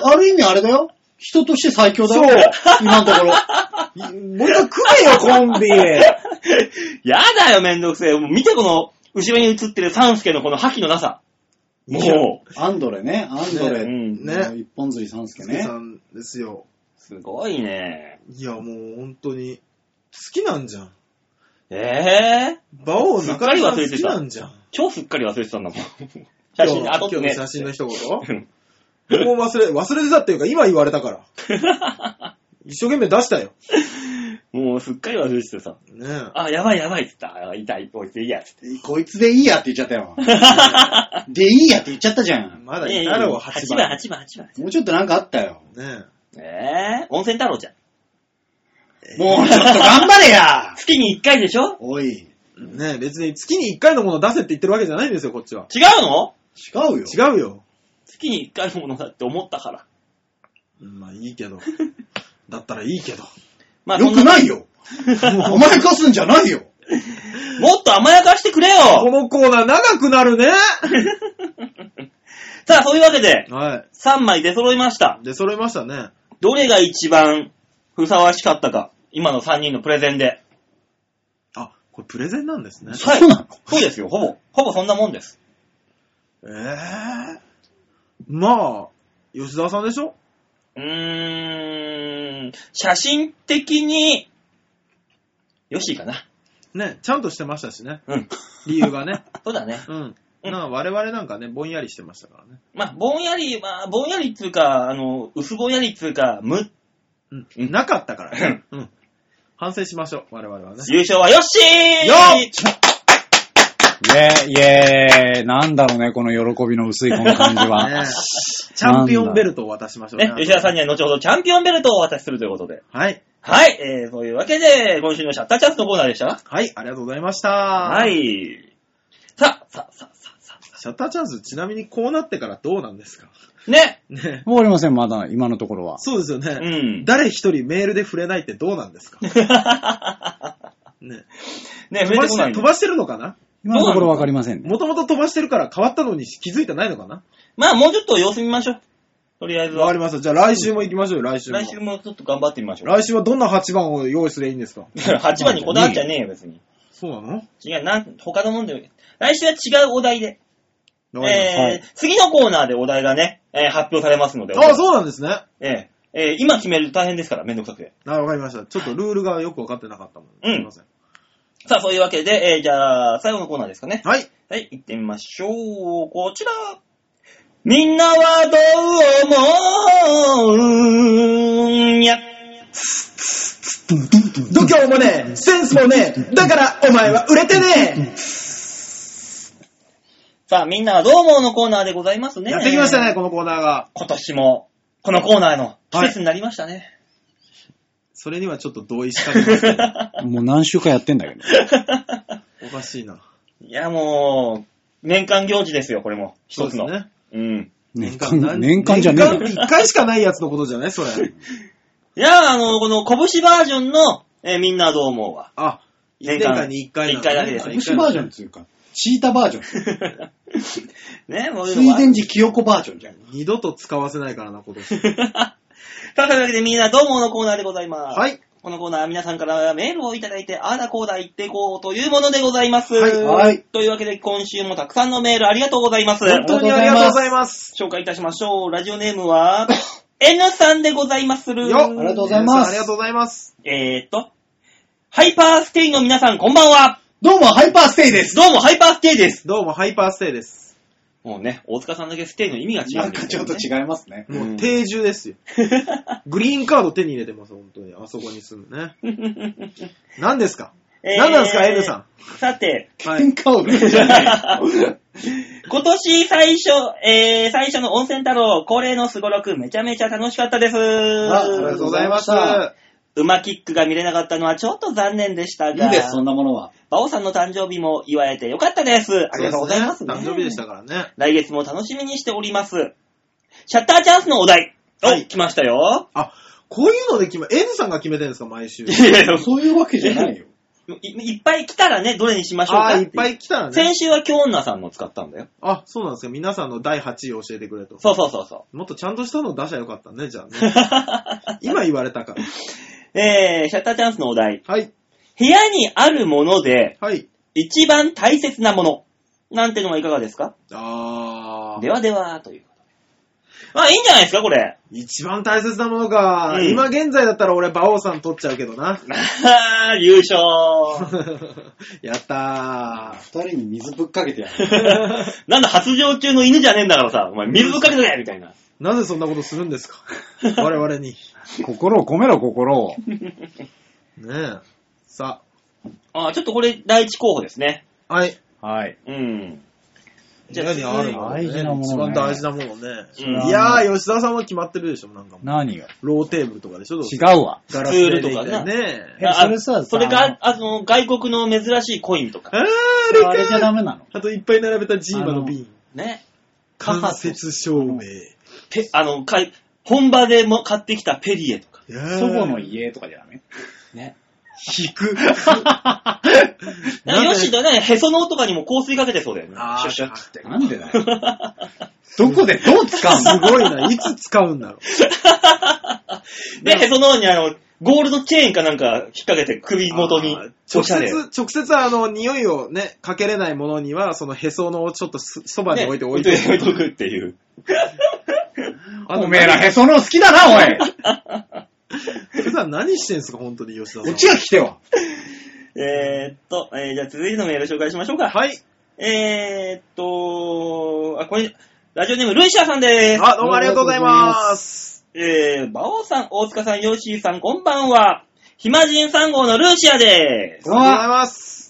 S1: ある意味あれだよ。人として最強だよ。今のと ころ。
S3: もう一回組めよ、コンビ。
S2: やだよ、めんどくせえ。もう見てこの、後ろに映ってるサンスケのこの覇気のなさ。も
S1: アンドレね、アンド
S2: う、う
S1: レ。
S2: ん。
S3: ね
S1: 一本釣り三助ね
S3: さ。んですよ。
S2: すごいね。
S3: いや、もう本当に、好きなんじゃん。
S2: ええ
S3: 馬王中根さん好きなんじゃん。
S2: 超すっかり忘れてたんだもん。写真、
S3: 今日
S2: あと
S3: 今
S2: ね
S3: 日の。写真の一言もう忘れ、忘れてたっていうか今言われたから。一生懸命出したよ。
S2: もうすっかり忘れててさ、
S3: ねえ。
S2: あ、やばいやばいって言った。あ痛い、置いていいや、つって。
S1: こいつでいいやって言っちゃった よ。でいいやって言っちゃったじゃん。
S3: まだ
S2: いや
S3: い
S2: い
S3: た
S2: や
S3: ろ、
S2: 8
S3: 8
S2: 番、
S3: 番。
S2: 8番、8番。
S1: もうちょっとなんかあったよ。
S3: ね
S2: えぇ、温泉太郎じゃん。
S1: もうちょっと頑張れや
S2: 月に1回でしょ
S1: おい、
S3: え。ねえ、別に月に1回のもの出せって言ってるわけじゃないんですよ、こっちは。
S2: 違うの
S1: 違うよ。
S3: 違うよ。
S2: 月に1回のものだって思ったから。
S3: うんまあいい けど。だったらいいけど。
S2: まあ、
S1: よ
S2: そんな
S1: くない よ。お前貸すんじゃないよ。
S2: もっと甘やかしてくれ
S3: こ
S2: よ
S3: のコーナー長くなるね
S2: さあ、そういうわけで、
S3: は
S2: 3枚出揃いました
S3: い。。で、揃いましたね。
S2: どれが一番ふさわしかったか。今の3人のプレゼンで。
S3: あ、これプレゼンなんですね。
S2: はい
S1: そうなの
S2: そうですよ、ほぼ。ほぼそんなもんです。
S3: ええまあ、吉沢さんでしょ
S2: うーん、写真的に、よしかな。
S3: ね、ちゃんとしてましたしね。
S2: うん。
S3: 理由が ね。
S2: そうだね。
S3: うん。
S2: うん
S3: なあ我々なんかね、ぼんやりしてましたからね。
S2: まあ、ぼんやり、まあ、ぼんやりっつうか、あの、薄ぼんやりっつうか、む、
S3: うん。なかったから ね。うん。反省しましょう、我々はね。
S2: 優勝はよっしー
S3: よ
S1: イェーイ、イェーイ。なんだろうね、この喜びの薄いこの感じ は。
S3: ねえチャンピオンベルトを渡しましょう
S2: ね、吉田さんには後ほどチャンピオンベルトをお渡しするということで。
S3: はい。
S2: はい、えー、そういうわけで、今週のシャッターチャンスのコーナーでした。
S3: はい、ありがとうございました。
S2: は。い。さあ、さあ、さあ、さあ、さ
S3: シャッターチャンス、ちなみにこうなってからどうなんですか
S2: あ。ね。
S3: ね。
S1: 終わりません、まだ、今のところは。
S3: そうですよ
S2: う
S3: ね。
S2: ん。
S3: 誰一人メールで触れないってどうなんです かね。
S2: ね、増
S3: 飛
S2: え
S3: ば
S2: てこ
S3: し
S2: ない
S3: 飛ばしてるのかな
S1: 今のところわかりませんね。
S3: もともと飛ばしてるから変わったのに気づいてないのかな
S2: まあ、もうちょっと様子見ましょう。とりあえず
S3: わか
S2: は。
S3: りました。じゃあ来週も行きましょうよ、来週も。
S2: 来週もちょっと頑張ってみましょう。
S3: 来週はどんな8番を用意すればいいんですか
S2: 8番にこだわっちゃねえよ、別に。
S3: そうなのわか
S2: 違う、なん、他のもんでもいい。来週は違うお題で。
S3: りまし
S2: えー
S1: はい
S2: 次のコーナーでお題がね、えー発表されますので。
S3: た。あ、そうなんですね。
S2: えーえー今決めると大変ですから、めんどくさくて。
S3: あ、わかりました。ちょっとルールがよくわかってなかったもん。
S2: うん
S3: すいません。
S2: さあ、そういうわけで、えーじゃあ、最後のコーナーですかね。
S3: はい。
S2: はい、行ってみましょう。こちら。みんなはどう思うんや。
S3: 度胸もねえ、センスもねえ、だからお前は売れてね
S2: さあ、みんなはどう思うのコーナーでございます
S3: え
S2: ね。
S3: やってきましたね、。このコーナーが。
S2: 今年も、このコーナーの季節になりましたね。
S3: それにはちょっと同意したくないです けど
S1: もう何週かやってんだけど。
S3: おかしいな。
S2: い、や、もう、年間行事ですよ、これも。一つの。
S3: そうですね。
S2: うん。
S1: 年間、年間じゃねえ
S3: 年
S1: よ。
S3: 間1回しかないやつのことじゃないそれ。
S2: いや、あの、この拳バージョンの、えーみんなはどう思うは。
S3: あ、1
S2: 年
S3: 年
S2: 間
S3: 間に1回なん
S2: 一回だけです
S3: あ
S2: ね
S1: 拳バージョンっていうか、チータバージョン。
S2: ね、もういうの
S1: 水
S2: は。
S1: 田寺清子バージョンじゃん。
S3: 二度と使わせないからな、今年。
S2: さあ、というわけでみんなどうものコーナーでございます。
S3: はい。
S2: このコーナーは皆さんからメールをいただいて、あーだこーだ言っていこうというものでございます。
S3: はい
S1: はい
S2: というわけで今週もたくさんのメールありがとうございます。
S3: 本当にありがとうございます。
S2: 紹介いたしましょう。ラジオネーム は、N さんでございまする。
S3: よ
S1: ありがとうございます
S3: ありがとうございます。
S2: えーっと、ハイパーステイの皆さんこんばんは。
S1: どうも、ハイパーステイです。
S2: どうもハイパーステイです。
S3: どうも、ハイパーステイです。
S2: もうね、大塚さんだけステイの意味が違
S1: な
S2: うん
S1: ん
S2: で
S1: か
S2: す
S1: ち
S2: け
S1: ょ
S2: ど
S1: っと
S2: ね。
S1: 違いますね。
S2: うん
S3: もう定住で すよ。グリーンカード手に入れてます、本当に。あそこに住むね。 何ですか
S2: えー
S3: 何なんですか、エルさ
S2: さて、
S3: ん。はい。
S1: 喧嘩をね。
S2: 今年最初、えー、最初の温泉太郎、恒例のすごろく、めちゃめちゃ楽しかったです。
S1: あ
S3: ありがとうございます。
S1: あ
S2: 馬キックが見れなかったのはちょっと残念でしたが、
S1: いいです、そんなものは。
S2: バオさんの誕生日も祝えてよかったです。ありがとうございます、
S3: そうですね誕生日でしたからね。
S2: 来月も楽しみにしております。シャッターチャンスのお題。お、
S3: はい
S2: 来ましたよ。
S3: あ、こういうので決め、N さんが決めてるんですか、毎週
S2: い。やいや、
S1: そういうわけじゃないよ。
S2: いいっぱい来たらね、どれにしましょう
S3: あ
S2: か
S3: あ、
S2: て
S3: いうっぱい来たらね
S2: 先。週は京女さんの使ったんだよ。
S3: あ、そうなんですよ。皆さんの第8位を教えてくれと。
S2: そうそうそうそ
S3: もっとちゃんとしたの出しゃよかったね、じゃ あね。今言われたから。
S2: う。えー、シャッターチャンスのお題。
S3: はい。
S2: 部屋にあるもので、
S3: はい。
S2: 一番大切なもの。なんてのはいかがですか
S3: あ
S2: で
S3: ー。
S2: はでは、ということで。まあ、いいんじゃないですか、これ。
S3: 一番大切なものか。
S2: うん
S3: 今現在だったら俺、馬王さん取っちゃうけどな。
S2: あー優勝。
S3: やった
S1: 二人に水ぶっかけてやる。
S2: なんだ、発情中の犬じゃねえんだからさ、お前、水ぶっかけてくれみたいな。
S3: ー。な ぜそんなことするんですか我々に。
S1: 心を込めろ、心を。
S3: ねえ。さ
S2: あ、ちょっとこれ第一候補ですね。
S3: あ、はい。
S1: はい。
S2: うん。じゃあ
S3: 家にあるもんね
S1: 大事なものね
S3: 一番大事なものね。
S2: うん
S3: いやー、吉田さんは決まってるでしょ、なんかもう。
S1: 何が
S3: ローテーブルとかでしょ、どうせ
S1: 違うわ。
S3: ガラスでできた
S2: スツールとかね
S3: ねえ。
S1: え
S2: あ
S1: それさ
S2: それ
S1: さ
S2: か、あの、外国の珍しいコインと
S3: あ
S2: か。
S3: ー、
S1: あ
S3: あれ
S1: れじゃ
S3: か。
S1: ダメなの
S3: あといっぱい並べたジーマの瓶。
S2: ね。
S3: 間接照明。
S2: ペ、あの、かい本場でも買ってきたペリエとか。
S3: 祖
S1: 祖母の家とかじゃダメ
S2: ね。
S3: 引く。 なんで
S2: よしだね、へその緒とかにも香水かけてそうだよね。
S3: あー
S2: シュッシュッつって。
S1: なんでだよ。どこでどう使う
S3: す
S1: の
S3: ごいな。いつ使うんだろ
S2: で、へその緒にあの、ゴールドチェーンかなんか引っ掛けて首
S3: う。
S2: 元に
S3: あー。
S2: お
S3: 直
S2: しゃれ
S3: 接、直接あの、匂いをね、かけれないものには、そのへそのちょっとすそばに
S2: ね
S3: 置
S2: 置
S3: い
S2: い
S3: て
S2: て
S3: お
S2: お
S3: い
S2: い
S3: て。
S2: ておくっていう。
S3: あの
S1: おめえらへその緒好きだな、おい。
S3: 普段何してんすか、本当に吉田
S1: こ
S3: さ
S1: っ
S3: ん。
S1: ちが来てよ。
S2: えー、っと、えーじゃあ続いてのメール紹介しましょうか。
S3: はい。
S2: えー、っと、あ、これ、ラジオネーム、ルイシアさんです。
S3: あ、どうもありがとうございます。
S2: えー、馬王さん、大塚さん、ヨッシーさん、こんばんは。暇人3号のルーシアで
S3: あり
S2: す。
S3: がとうございます。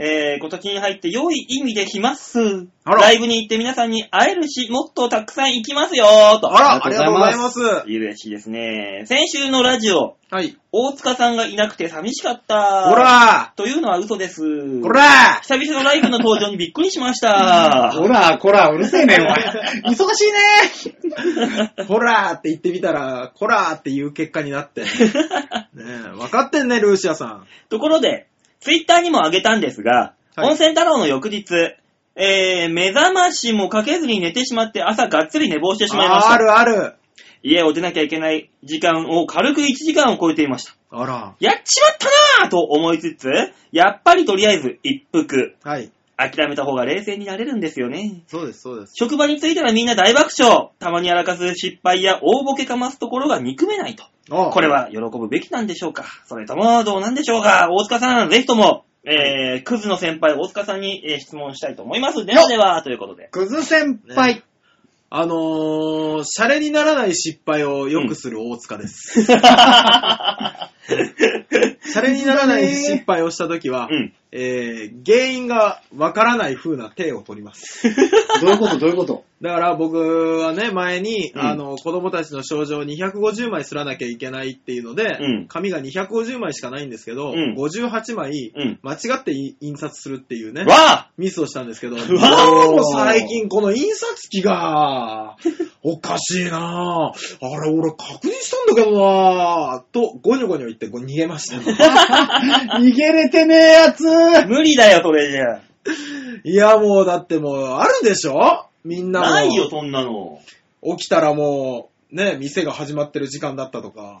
S2: えー、今年に入って良い意味で暇っす。
S3: あら
S2: ライブに行って皆さんに会えるし、もっとたくさん行きますよー
S3: あ
S2: と。
S3: ら、ありがとうございます。
S2: 嬉しいですね。先週のラジオ、
S3: はい。
S2: 大塚さんがいなくて寂しかった。
S3: ほら
S2: というのは嘘です。
S3: ほら
S2: 久々のライブの登場にびっくりしま した。
S1: ほら、こら、うるせえね、お前。忙しいね。
S3: ほらーって言ってみたら、こらーっていう結果にな って。ねえ、分かってんね、ルーシアさん。
S2: ところで、ツイッターにも上げたんですが、
S3: はい
S2: 温泉太郎の翌日、えー、目覚ましもかけずに寝てしまって朝がっつり寝坊してしまいまし
S3: あ
S2: た。
S3: るある。
S2: 家を出なきゃいけない時間を軽く1時間を超えていました。
S3: あら。
S2: やっちまったなぁと思いつつ、やっぱりとりあえず一服。
S3: はい。
S2: 諦めた方が冷静になれるんですよね。
S3: そうです、そうです。
S2: 職場に着いたらみんな大爆笑。たまにやらかす失敗や大ボケかますところが憎めないと。
S3: あ
S2: これは喜ぶべきなんでしょうかそれともどうなんでしょうか大塚さん、ぜひとも、えー、クズの先輩大塚さんに、えー質問したいと思います。ではでは、ということで。
S1: クズ先輩。
S3: あのー、シャレにならない失敗をよくする大塚 です。シャレにならない失敗をしたときは、
S2: うん。
S3: えー、原因がわからない風な手を取ります。
S1: どういうことどういうこと
S3: だから僕はね、前に、
S2: うん
S3: あの、子供たちの症状を250枚すらなきゃいけないっていうので、
S2: うん
S3: 紙が250枚しかないんですけど、
S2: うん
S3: 58枚、
S2: うん。
S3: 間違って印刷するっていうね。
S2: わ
S3: ミスをしたんですけど、どう
S2: わ
S3: も最近この印刷機 が、おかしいなぁ。あれ、俺確認したんだけどなぁ。と、ゴニョゴニョ言ってこう逃げまし たね、
S1: 逃げれてねえやつ
S2: あ無理だよ、それじゃ。
S3: いや、もうだってもう、あるでしょみんなも。
S2: ないよ、そんなの。
S3: 起きたらもう、ね、店が始まってる時間だったとか。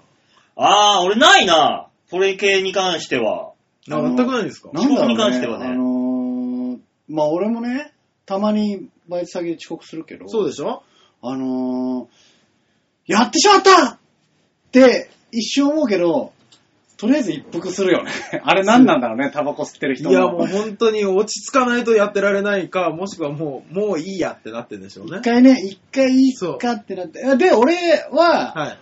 S2: あー、俺ないな。それ系に関しては。
S3: な全くないですか
S2: な遅刻に関してはね
S1: あのー、まあ俺もね、たまにバイト先で遅刻するけど、
S3: そうで
S1: し
S3: しょ
S1: あのー、やってしまったって一瞬思うけど、とりあえず一服するよね。 あれ何なんだろうね、タバコ吸ってる
S3: い
S1: 人の
S3: や、もう本当に落ち着かないとやってられないか、もしくはもう、もういいやってなってるんでしょうね
S1: 一。回ね、一回いいかってなって。で、俺は、
S3: はい。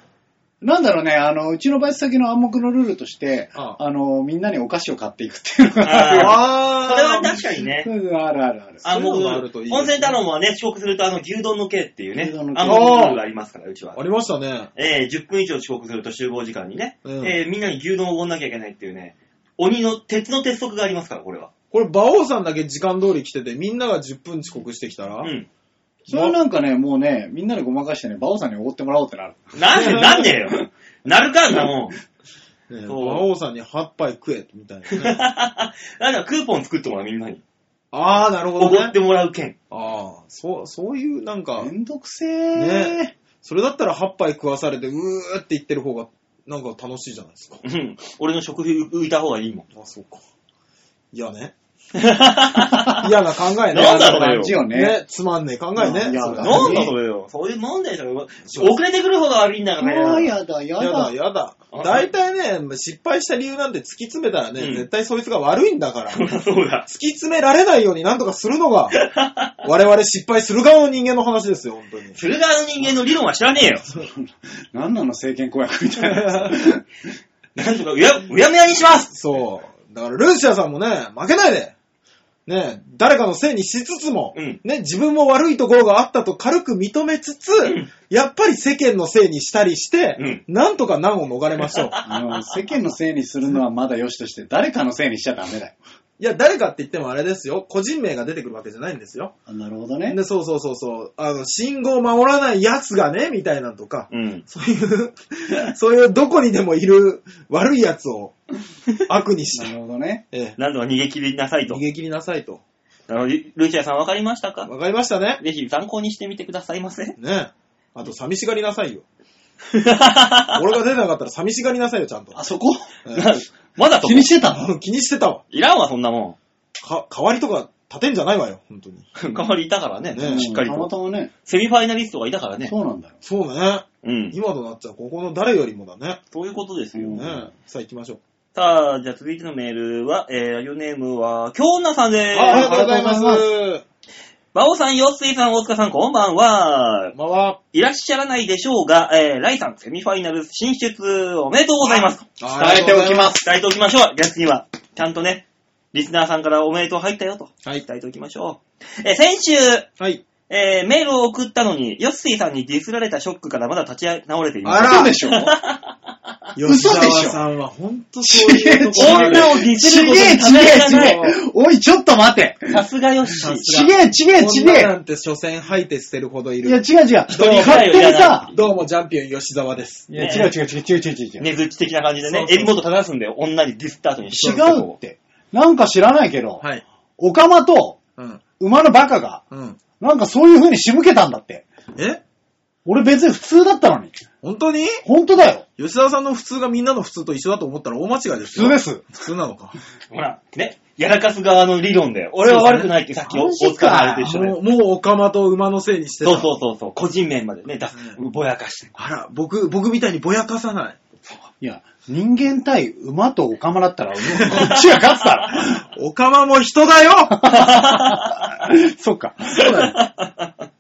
S1: なんだろうね、あの、うちのバイト先の暗黙のルールとして、
S3: あ
S1: あの、みんなにお菓子を買っていくっていうのがあるよ。
S3: あ
S2: それは確かにね
S1: う。ん あるあるある。
S2: あ、もう、
S3: そういうのがあるといいですね
S2: 温泉太郎もね、遅刻するとあの、牛丼の系っていうね
S1: 牛丼の、系
S2: あの、がありますから、うちは
S3: あ。りましたね。
S2: えー、10分以上遅刻すると集合時間にね、
S3: うん
S2: えーみんなに牛丼をおごんなきゃいけないっていうね、鬼の鉄の鉄則がありますから、これは。
S3: これ、馬王さんだけ時間通り来てて、みんなが10分遅刻してきたら、
S2: うん。
S1: それなんかね、もうね、みんなでごまかしてね、馬王さんにおごってもらおうってなる。
S2: なん で、なんでよ。なるかんなもん。
S3: ね
S2: そう
S3: 馬王さんに8杯食え、みた いな、ね。
S2: なんかクーポン作ってもらう、みんなに。
S3: ああ、なるほ
S2: お
S3: ど
S2: ごっ
S3: ね
S2: て。もらう券。
S3: ああ、そう、そういう、なんか
S1: め、んどくせえ。
S3: ねそれだったら8杯食わされて、うーって言ってる方が、なんか楽しいじゃないですか。
S2: うん。俺の食費浮いた方がいいもん。
S3: あ、そうか。いやね。嫌な考えね。
S2: なんだろうね
S1: 感じよね。
S3: ね、つまんねえ考えね。
S1: いや
S3: それ
S1: な
S2: なんだそれよ。そういうもんでしょ。遅れてくる方が悪いんだか
S1: も
S2: ら
S1: う
S2: よ。
S1: やだ、や
S3: やだ、
S1: だ。
S3: やだ
S2: あ。
S3: 大体ね、失敗した理由なんて突き詰めたらね、
S2: うん
S3: 絶対そいつが悪いんだから。
S2: そうだ、そうだ。
S3: 突き詰められないようになんとかする のが、我々失敗する側の人間の話ですよ、本当に。
S2: 鶴川の人間の理論は知らねえよ。
S1: なんなの政権公約みたいなやつ。
S2: なんとかうや、うやむやにします
S3: そう。だから、ルーシアさんもね、負けないで。ね、誰かのせいにしつつも、
S2: うん
S3: ね、自分も悪いところがあったと軽く認めつつ、
S2: うん
S3: やっぱり世間のせいにしたりして、
S2: うん
S3: なんとか難を逃れましょう。
S1: あの世間のせいにするのはまだ良しとして、誰かのせいにしちゃダメだよ。
S3: いや、誰かって言ってもあれですよ。個人名が出てくるわけじゃないんですよ。
S1: あなるほどね。
S3: で、そうそうそうそう。あの、信号守らない奴がね、みたいなの とか、
S2: うん。
S3: そういう、そういうどこにでもいる悪い奴を悪にし
S1: な
S3: て、
S1: るほどね。
S3: ええ
S2: なんとか逃げ切りなさいと
S3: 逃。げ切りなさいと。
S2: あのルルチアさんわかりましたか
S3: わかりましたね。
S2: ぜひ参考にしてみてくださいませ。
S3: ねえ。あと、寂しがりなさいよ。俺が出なかったら寂しがりなさいよ、ちゃんと。
S1: あそこ
S3: ええ
S2: なまだと
S1: 気にしてた
S3: あの気にしてたわ。
S2: いらんわ、そんなも
S3: か、代わりとか立てんじゃないわよ、本当に。
S2: ん。代わりいたからね、
S3: ね
S2: しっかり
S1: うんたま
S2: と。
S1: たまね。
S2: セミファイナリストがいたからね。
S1: そうなんだよ。
S3: そうね。
S2: うん。
S3: 今となっちゃここの誰よりもだね。
S2: そういうことですよ。
S1: うん
S3: ねえ。さあ行きましょう。
S2: さあ、じゃあ続いてのメールは、えー、ラジオネームは、京奈さんで
S3: あありが
S1: は
S3: とうござい
S1: あ
S3: ま
S1: り
S3: す。
S1: がと
S2: す。馬王さん、よっすいさん、大塚さん、こんばんは。
S3: まあは。
S2: いらっしゃらないでしょうが、えー、ライさん、セミファイナル進出、おめでとうございます。
S3: ありがとうございま。
S2: 伝えておきましょう。逆には、ちゃんとね、リスナーさんからおめでとう入ったよと、
S3: はい。
S2: 伝えておきましょう。えー、先週、
S3: はい。
S2: えー、メールを送ったのに、ヨッシーさんにディスられたショックからまだ立ち直れていま
S3: あ
S2: す。
S3: ら
S1: 嘘でしょ
S3: 吉
S1: 嘘でし
S3: 沢
S1: ょ
S3: さんは本当そういうとこ
S1: 違
S3: ろが
S1: う違
S2: 女
S1: う
S2: をディスることに
S1: ちげえ
S2: た
S1: ち
S2: ま
S1: げ
S2: ら
S1: え
S2: ない。
S1: おい、ちょっと待て
S2: さすがヨッシー。
S1: ちげえちげえちげ
S3: 女
S1: え
S3: なんて所詮吐いて捨てるほどい
S1: いや、
S3: る。
S1: 違う違う。
S2: 人に害
S1: 勝
S2: を
S1: 手
S2: や
S1: に
S2: ら
S1: さ
S2: な、
S3: どうもジャンピオン吉沢です。
S1: い
S2: や
S1: や、
S2: ない
S1: 違う違う違う違う違う違う違う。
S2: ねずっち的な感じでね
S3: そう、そう
S2: 襟元正すんだよ。女にディスった後に。
S1: 違うって。なんか知らないけど、
S3: はい。
S1: オカマと
S3: うん。
S1: 馬のバカが、
S3: うん。
S1: なんかそういう風に仕向けたんだって。
S3: え
S1: 俺別に普通だったのに。
S3: 本当に
S1: 本当だよ。
S3: 吉沢さんの普通がみんなの普通と一緒だと思ったら大間違いです
S1: 普通
S3: よ。。
S1: ですす。
S3: 普通なのか。
S2: ほら、ね、やらかす側の理論で、俺は悪くないってさっきお
S1: マ
S2: 大
S1: ジか
S2: 塚のあれと一緒で
S3: も。う、もうオカマと馬のせいにしてた。
S2: そうそうそうそう、個人面までね、出すぼやかして。
S3: あら、僕、僕みたいにぼやかさない。
S1: いや、人間対馬とオカマだったら、こっちが勝つか
S3: オカマも人 だよ
S1: ら。 そっか。
S3: そうだよ。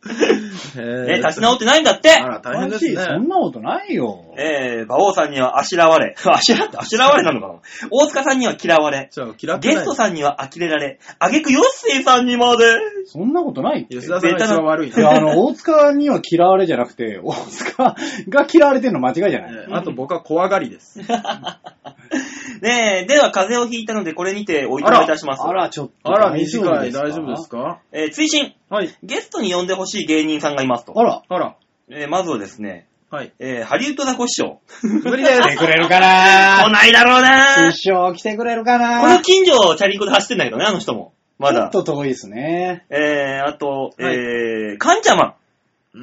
S2: ね、立ち直
S3: っ
S2: ってないんだって
S3: あら、大変ですね。
S1: そんなことないよ。
S2: えー、馬王さんにはあしらわれ。 あしらってあしらわれなのかな大塚さんには嫌われ。
S3: じゃあ、嫌って
S2: ゲ
S3: ない
S2: ストさんには呆れられ。あげくヨッシーさんにまで。
S1: そんなことないって。
S3: 吉田さんが一番悪い
S1: いや、あ
S3: な。
S1: の、大塚には嫌われじゃなくて、大塚が嫌われてるの間違いじゃない。
S3: えーあと僕は怖がりです。
S2: ねえ、では風邪をひいたのでこれにておいとまいたします。
S1: あら、ちょっと。
S3: あら、
S1: 大丈
S3: 短
S1: 夫
S3: い、大丈夫ですか
S2: えー、追伸。
S3: はい。
S2: ゲストに呼んでほしい芸人さんがいますと。
S1: あ ら。
S3: あら、
S2: えー、まずはですね、
S3: はい。
S2: えー、ハリウッドザコシショウ。
S3: 無理です。
S1: 来てくれるか
S2: 来
S1: な
S2: ないだろうな
S1: 一生来てくれるか
S2: この
S1: なち
S2: 近所をチャリンコで走ってんだけどね、あの人も。ま
S1: ょ
S2: だ
S1: っ。と遠いですね。
S2: えー、あと、
S3: はい
S2: えー、カンチャマ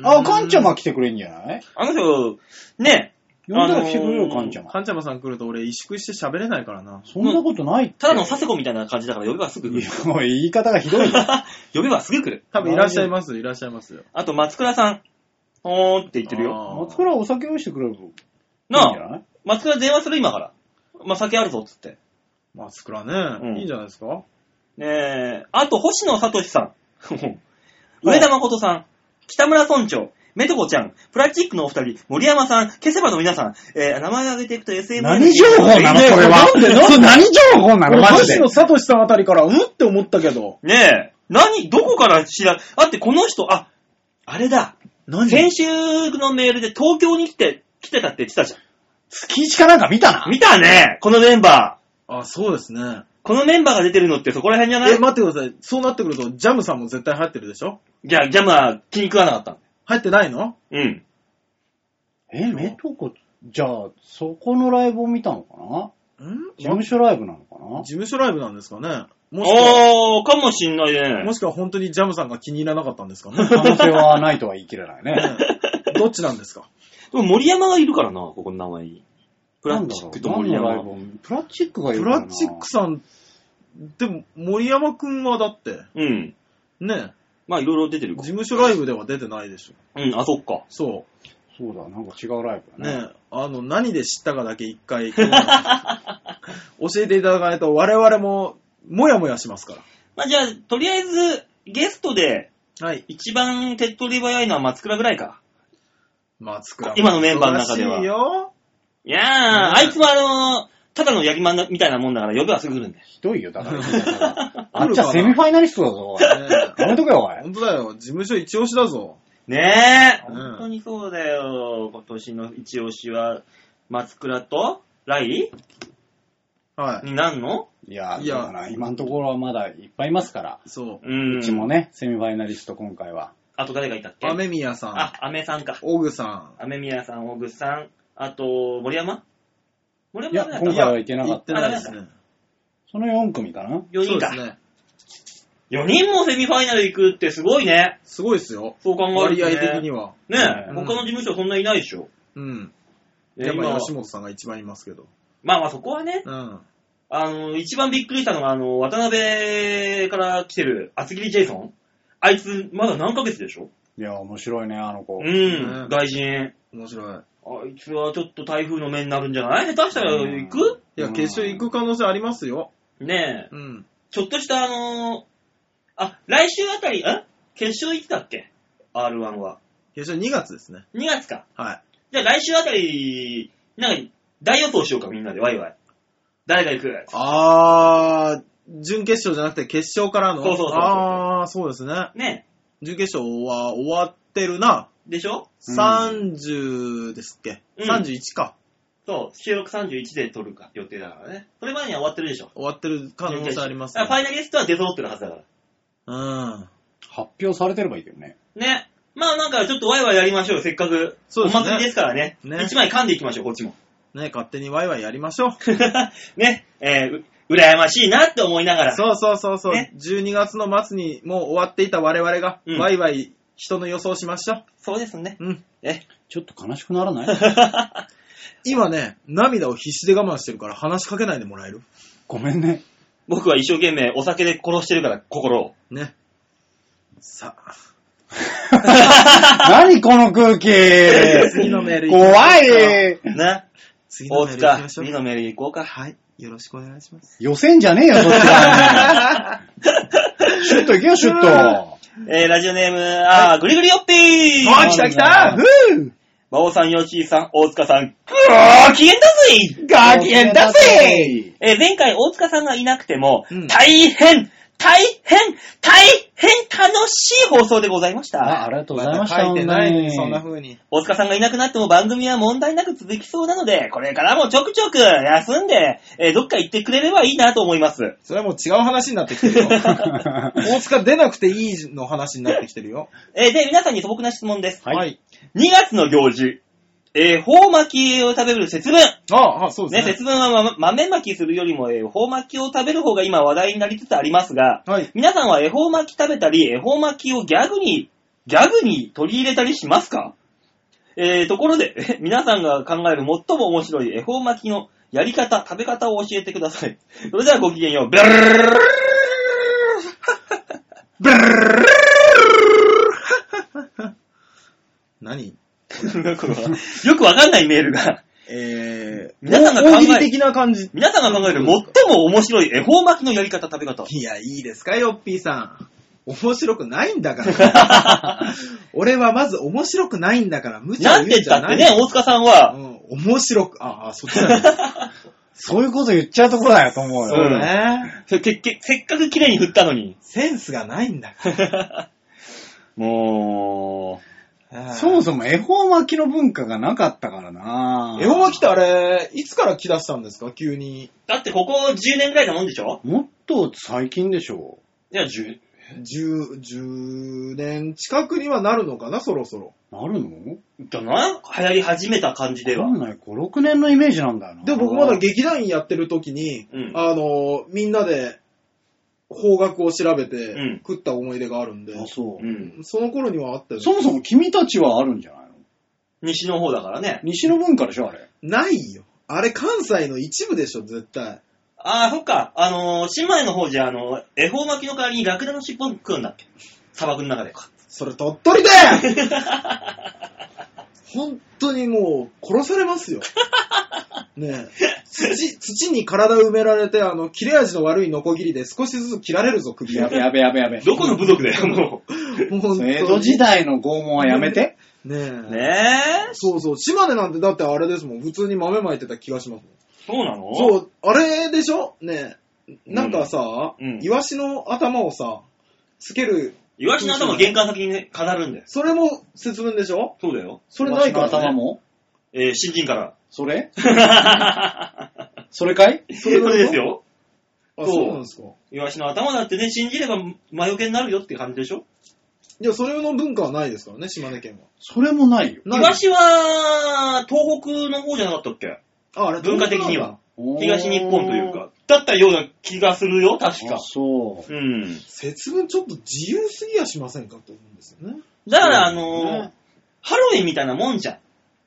S2: ン。
S1: あ、カンちゃ
S3: ま
S1: ま来てくれんじゃない
S2: あの人、ね、
S1: 呼んだら来てくれるよ、
S2: あのー
S1: カンちゃま。
S3: カンチャマさん来ると俺、萎縮して喋れないからな。
S1: そんなことないって。
S2: ただのサセコみたいな感じだから呼べばすぐ来
S1: い
S2: る
S1: や。 もう言い方がひどいよ。
S2: 呼べばすぐ来る。
S3: 多分いらっしゃいますよ、いらっしゃいますよ。
S2: あと、松倉さん。おーんって言ってるよ。
S3: あー
S1: 松倉お酒用意してくれるのいいんじゃ
S2: なあ、
S1: ない
S2: 松倉電話する今から。まあ、酒あるぞっつって。
S3: 松倉ね、
S2: うん
S3: いいんじゃないですか
S2: ねえ、あと、星野聡さん。 上田誠さん。北村村長。メトコちゃん。プラチックのお二人。森山さん。ケセバの皆さん。えー、名前を挙げていくと SM。
S1: 何情報なの
S3: ね
S1: それは。
S3: なんでなんで
S1: それ何情報なのマジ
S3: 星。
S1: で
S3: 野聡さんあたりから、うんって思ったけど。
S2: ねえ、何、どこから知ら、だってこの人、あ、あれだ。
S3: 何
S2: 先週のメールで東京に来て、来てたって言ってたじゃん。
S1: 月一かなんか見たな。
S2: 見たね、このメンバー。
S3: あ、そうですね。
S2: このメンバーが出てるのってそこら辺じゃな
S3: え、
S2: い、
S3: 待ってください。そうなってくると、ジャムさんも絶対入ってるでしょ
S2: じゃあ、ジャムは気に食わなかった。
S3: 入ってないの
S2: うん。
S1: え、メトコ、じゃあ、そこのライブを見たのかなん事務所ライブなのか
S3: 事
S1: な
S3: 務所ライブなんですかねもしくは、
S2: おー、かもしんないね
S3: も。しくは本当にジャムさんが気に入らなかったんですか ね
S1: 可能性はないとは言い切れないね。
S3: ねどっちなんですか
S2: でも森山がいるからな、ここの名前に。プラチックと森
S1: なんだろ
S2: 山。
S1: う何のライブをプラチックがいる
S3: プ
S1: かな
S3: ラチックさん、でも森山くんはだって、
S2: うん。
S3: ね、
S2: まあ、いろいろ出てる
S3: 事。務所ライブでは出てないでしょ。
S2: うん、あ、そっか。
S3: そ
S1: そうだ、なんか違うライ
S3: う。
S1: ブだね。
S3: ね、あの、何で知ったかだけ一回、教えていただかないと我々も、もやもやしますか
S2: まあ、じゃあ、とりあえず、ゲストで、
S3: ら。はい。
S2: 一番手っ取り早いのは松倉ぐらいか。
S3: 松倉。
S2: 今のメンバーの中では
S3: 忙しいよ。
S2: いやー、あいつもあの、ただのヤギマンみたいなもんだから、呼べはすぐ来るんだよ。
S1: ひどいよ、だから。あっちはセミファイナリストだぞ、おい。やめとけよ、おい。
S3: 本当だよ。事務所一押しだぞ。
S2: ねえ、
S3: うん
S2: 本当にそうだよ。今年の一押しは、松倉とライ
S3: はい。
S2: になんの
S1: いや、
S3: いや
S1: だから今のところはまだいっぱいいますから。
S3: そう
S2: ーん。
S1: うちも。ね、セミファイナリスト今回は。
S2: あと誰がいたっ
S3: う。
S2: け
S3: 雨宮さん、
S2: あ、アメさんか。
S3: オグさ
S2: アメミヤさん、オグさん、あと、森山森
S1: いや、
S2: 山だ
S1: 今
S2: った
S1: 回
S2: いや
S1: はいけ
S3: ん、
S1: な
S3: 行
S1: か
S3: っ
S1: ってた。
S3: ないですね。
S1: その4組かな
S2: 4人
S3: そうで
S2: か
S3: す。ね。
S2: 4人もセミファイナル行くってすごいね。
S3: すごいですよ。
S2: そう考える
S3: 割
S2: と、
S3: 合
S2: ね。
S3: 的には。
S2: ねえ、
S1: うん
S2: 他の事務所そんないないでしょ。
S3: うん。
S2: え
S3: やっぱ
S2: 今
S3: り吉本さんが一番いますけど。
S2: まあまあそこはね、
S3: うん。
S2: あの、一番びっくりしたのが、あの、渡辺から来てる厚切りジェイソン。あいつ、まだ何ヶ月でしょ
S1: いや、面白いね、あの子。
S2: う
S3: うん
S2: ん、外人。
S3: 面白い。
S2: あいつはちょっと台風の目になるんじゃない下手したら行く、
S3: いや、
S1: うん
S3: 決勝行く可能性ありますよ。
S2: ねえ、
S3: うん。
S2: ちょっとしたあのあ、来週あたり、ん決勝いつだっけ ?R1 は。
S3: 決勝2月ですね。
S2: 2月か。
S3: は
S2: じゃあ来週あたり、なんか、大予想しようか、みんなで、ワイワイ。誰が行く
S3: い。あー、準決勝じゃなくて決勝からの。
S2: そうそうそうそう
S3: あー、そうですね。
S2: ね
S3: 準決勝は終わってるな。
S2: でしょ
S1: うん
S3: 30ですっけ、
S2: うん
S3: ?31 か。
S2: そう、収録31で撮るか、予定だからね。それ前には終わってるでしょ。
S3: 終わってる可能性あります、
S2: だからファイナリストは出揃ってるはずだから。
S3: うん。
S1: 発表されてればいいけどね。
S2: ね。まあなんかちょっとワイワイやりましょうよ、せっかく。
S3: そうですね
S2: お祭りですからね。
S3: ね
S2: 一枚噛んでいきましょう、こっちも。
S3: ね、勝手にワイワイやりましょう。
S2: ね。えー、う羨ましいなって思いながら。
S3: そうそうそうそう。
S2: ね
S3: 12月の末にもう終わっていた我々が、
S2: うん
S3: ワイワイ人の予想しましょ
S2: そうですね。
S3: う。うん。
S2: え、
S1: ちょっと悲しくならない
S3: 今ね、涙を必死で我慢してるから話しかけないでもらえる
S1: ごめんね。
S2: 僕は一生懸命お酒で殺してるから、心を。
S3: ね。さあ、
S1: 何この空気
S3: 次のメール行きましょう
S1: 怖い
S2: ね。
S3: 次の
S2: 大
S3: メール行き
S2: 塚
S3: ま、しょう
S2: 次。のメール行こうか。
S3: はい。よろしくお願いします。
S1: 寄せんじゃねえよ、そっち側に。シュッと行けよ、シュッと。
S2: えー、ラジオネーム、あー、ぐりぐりよっぴー
S3: あ、来た来た
S1: ふぅ
S2: 馬王さん、ヨッシーさん、大塚さん、ご機嫌だぜ
S1: ガキンだぜ
S2: えー前回大塚さんがいなくても、
S3: うん
S2: 大変、大変、大変楽しい放送でございまし
S1: あ、
S2: た。
S1: ありがとうございました、
S3: だ書いてないのに、そんな
S1: 本
S3: 風に。
S2: 大塚さんがいなくなっても番組は問題なく続きそうなので、これからもちょくちょく休んで、えーどっか行ってくれればいいなと思います。
S3: それはもう違う話になってきてるよ。
S1: 当に
S3: 大塚出なくていいの話になってきてるよ。
S2: えーで、皆さんに素朴な質問です。
S1: はい
S3: い。
S2: 2月の行事、えー、頬巻きを食べる節分。
S3: ああ、そうで
S2: ね、
S3: すね。
S2: 節分はま豆巻きするよりも、えー、頬巻きを食べる方が今話題になりつつありますが、
S3: はい。
S2: 皆さんは恵方巻き食べたり、恵方巻きをギャグに、ギャグに取り入れたりしますかえー、ところで、え皆さんが考える最も面白い恵方巻きのやり方、食べ方を教えてください。それではごきげんよう。ブルルルルルルルルルルルル
S3: ブルルルルルルルルルルルルルルル何
S2: ルルルルルよくわかんないメールが。
S3: えー、
S2: 皆さんが考え
S3: 大喜利的な感じ。
S2: 皆さんが考える最も面白い恵方巻きのやり方、食べ方。
S3: いや、いいですか、よっぴーさん。面白くないんだから。俺はまず面白くないんだから、無茶
S2: な
S3: を
S2: ん
S3: 言
S2: て言
S3: うん
S2: っ
S3: じゃ
S2: たっ
S3: な
S2: て
S3: い。
S2: ね、大塚さん
S3: う
S2: は、
S3: ん、面白く、ああ、そっちだね。
S1: そういうこと言っちゃうとこだよ、と思う
S3: そう
S1: よ。
S3: ね。
S2: せせせっかく綺麗に振ったの に。
S3: センスがないんだか
S2: も
S3: ら。
S1: そもそも恵方巻きの文化がなかったからな
S3: 絵本が来てあれ、いつから来だしたんですか急に。
S2: う、だってここ10年ぐらいなもんでしょ
S1: もっと最近でしょ
S2: いや、10、
S3: 10、10年近くにはなるのかな、そろそろ。
S1: なるの
S2: じゃない流行り始めた感じでは。
S1: わかんない。5、6年のイメージなんだよな。
S3: でも僕まだ劇団員やってる時に、
S2: うん
S3: あの、みんなで方角を調べて、
S2: うん
S3: 食った思い出があるんで、
S1: あ、そうう。
S2: ん。
S3: その頃にはあったよね
S1: そもそも君たちはあるんじゃないの
S2: 西の方だからね。
S1: 西の文化でしょ、あれ。
S3: ないよ。あれ関西の一部でしょ、絶対。
S2: ああ、そっか。あのー、新米の方じゃ、あのー、恵方巻きの代わりにラクダの尻尾食うんだっけ砂漠の中でか。
S3: それ鳥取で 本当にもう殺されますよ。ねえ。土、土に体埋められて、あの、切れ味の悪いノコギリで少しずつ切られるぞ、首を。
S1: べやべやべやべ
S2: どこの部族だよ、もう。
S3: もう本当に
S1: 江戸時代の拷問はやめて。
S3: ねえ。
S2: ねえ。
S3: そうそう。島根なんてだってあれですもん。普通に豆まいてた気がしますもん。
S2: そうなの
S3: そう、あれでしょねえ。なんかさ、
S2: うん
S3: イワシの頭をさ、つける、
S2: イワシの頭玄関先にね飾るんだよ。
S3: それも節分でしょ
S2: そうだよ。
S3: それないから、ね。
S1: 頭も
S2: えー、新人から。
S1: それそれかい
S2: それですよ。
S3: あ、そうなんですか。
S2: イワシの頭だってね、信じれば魔除けになるよって感じでしょ
S3: いや、それの文化はないですからね、島根県は。
S1: それもないよ。
S2: イワシは、東北の方じゃなかったっけ
S3: あ、あれ
S2: 文化的には。東日本という
S1: おー。
S2: か。だったような気がするよ、確
S1: あ
S2: か。
S1: そう。
S2: うん。
S3: 節分ちょっと自由すぎやしませんかと思うんですよね。
S2: だから、あ
S1: そう
S2: のー
S1: ね
S2: ハロウィンみたいなもんじゃん。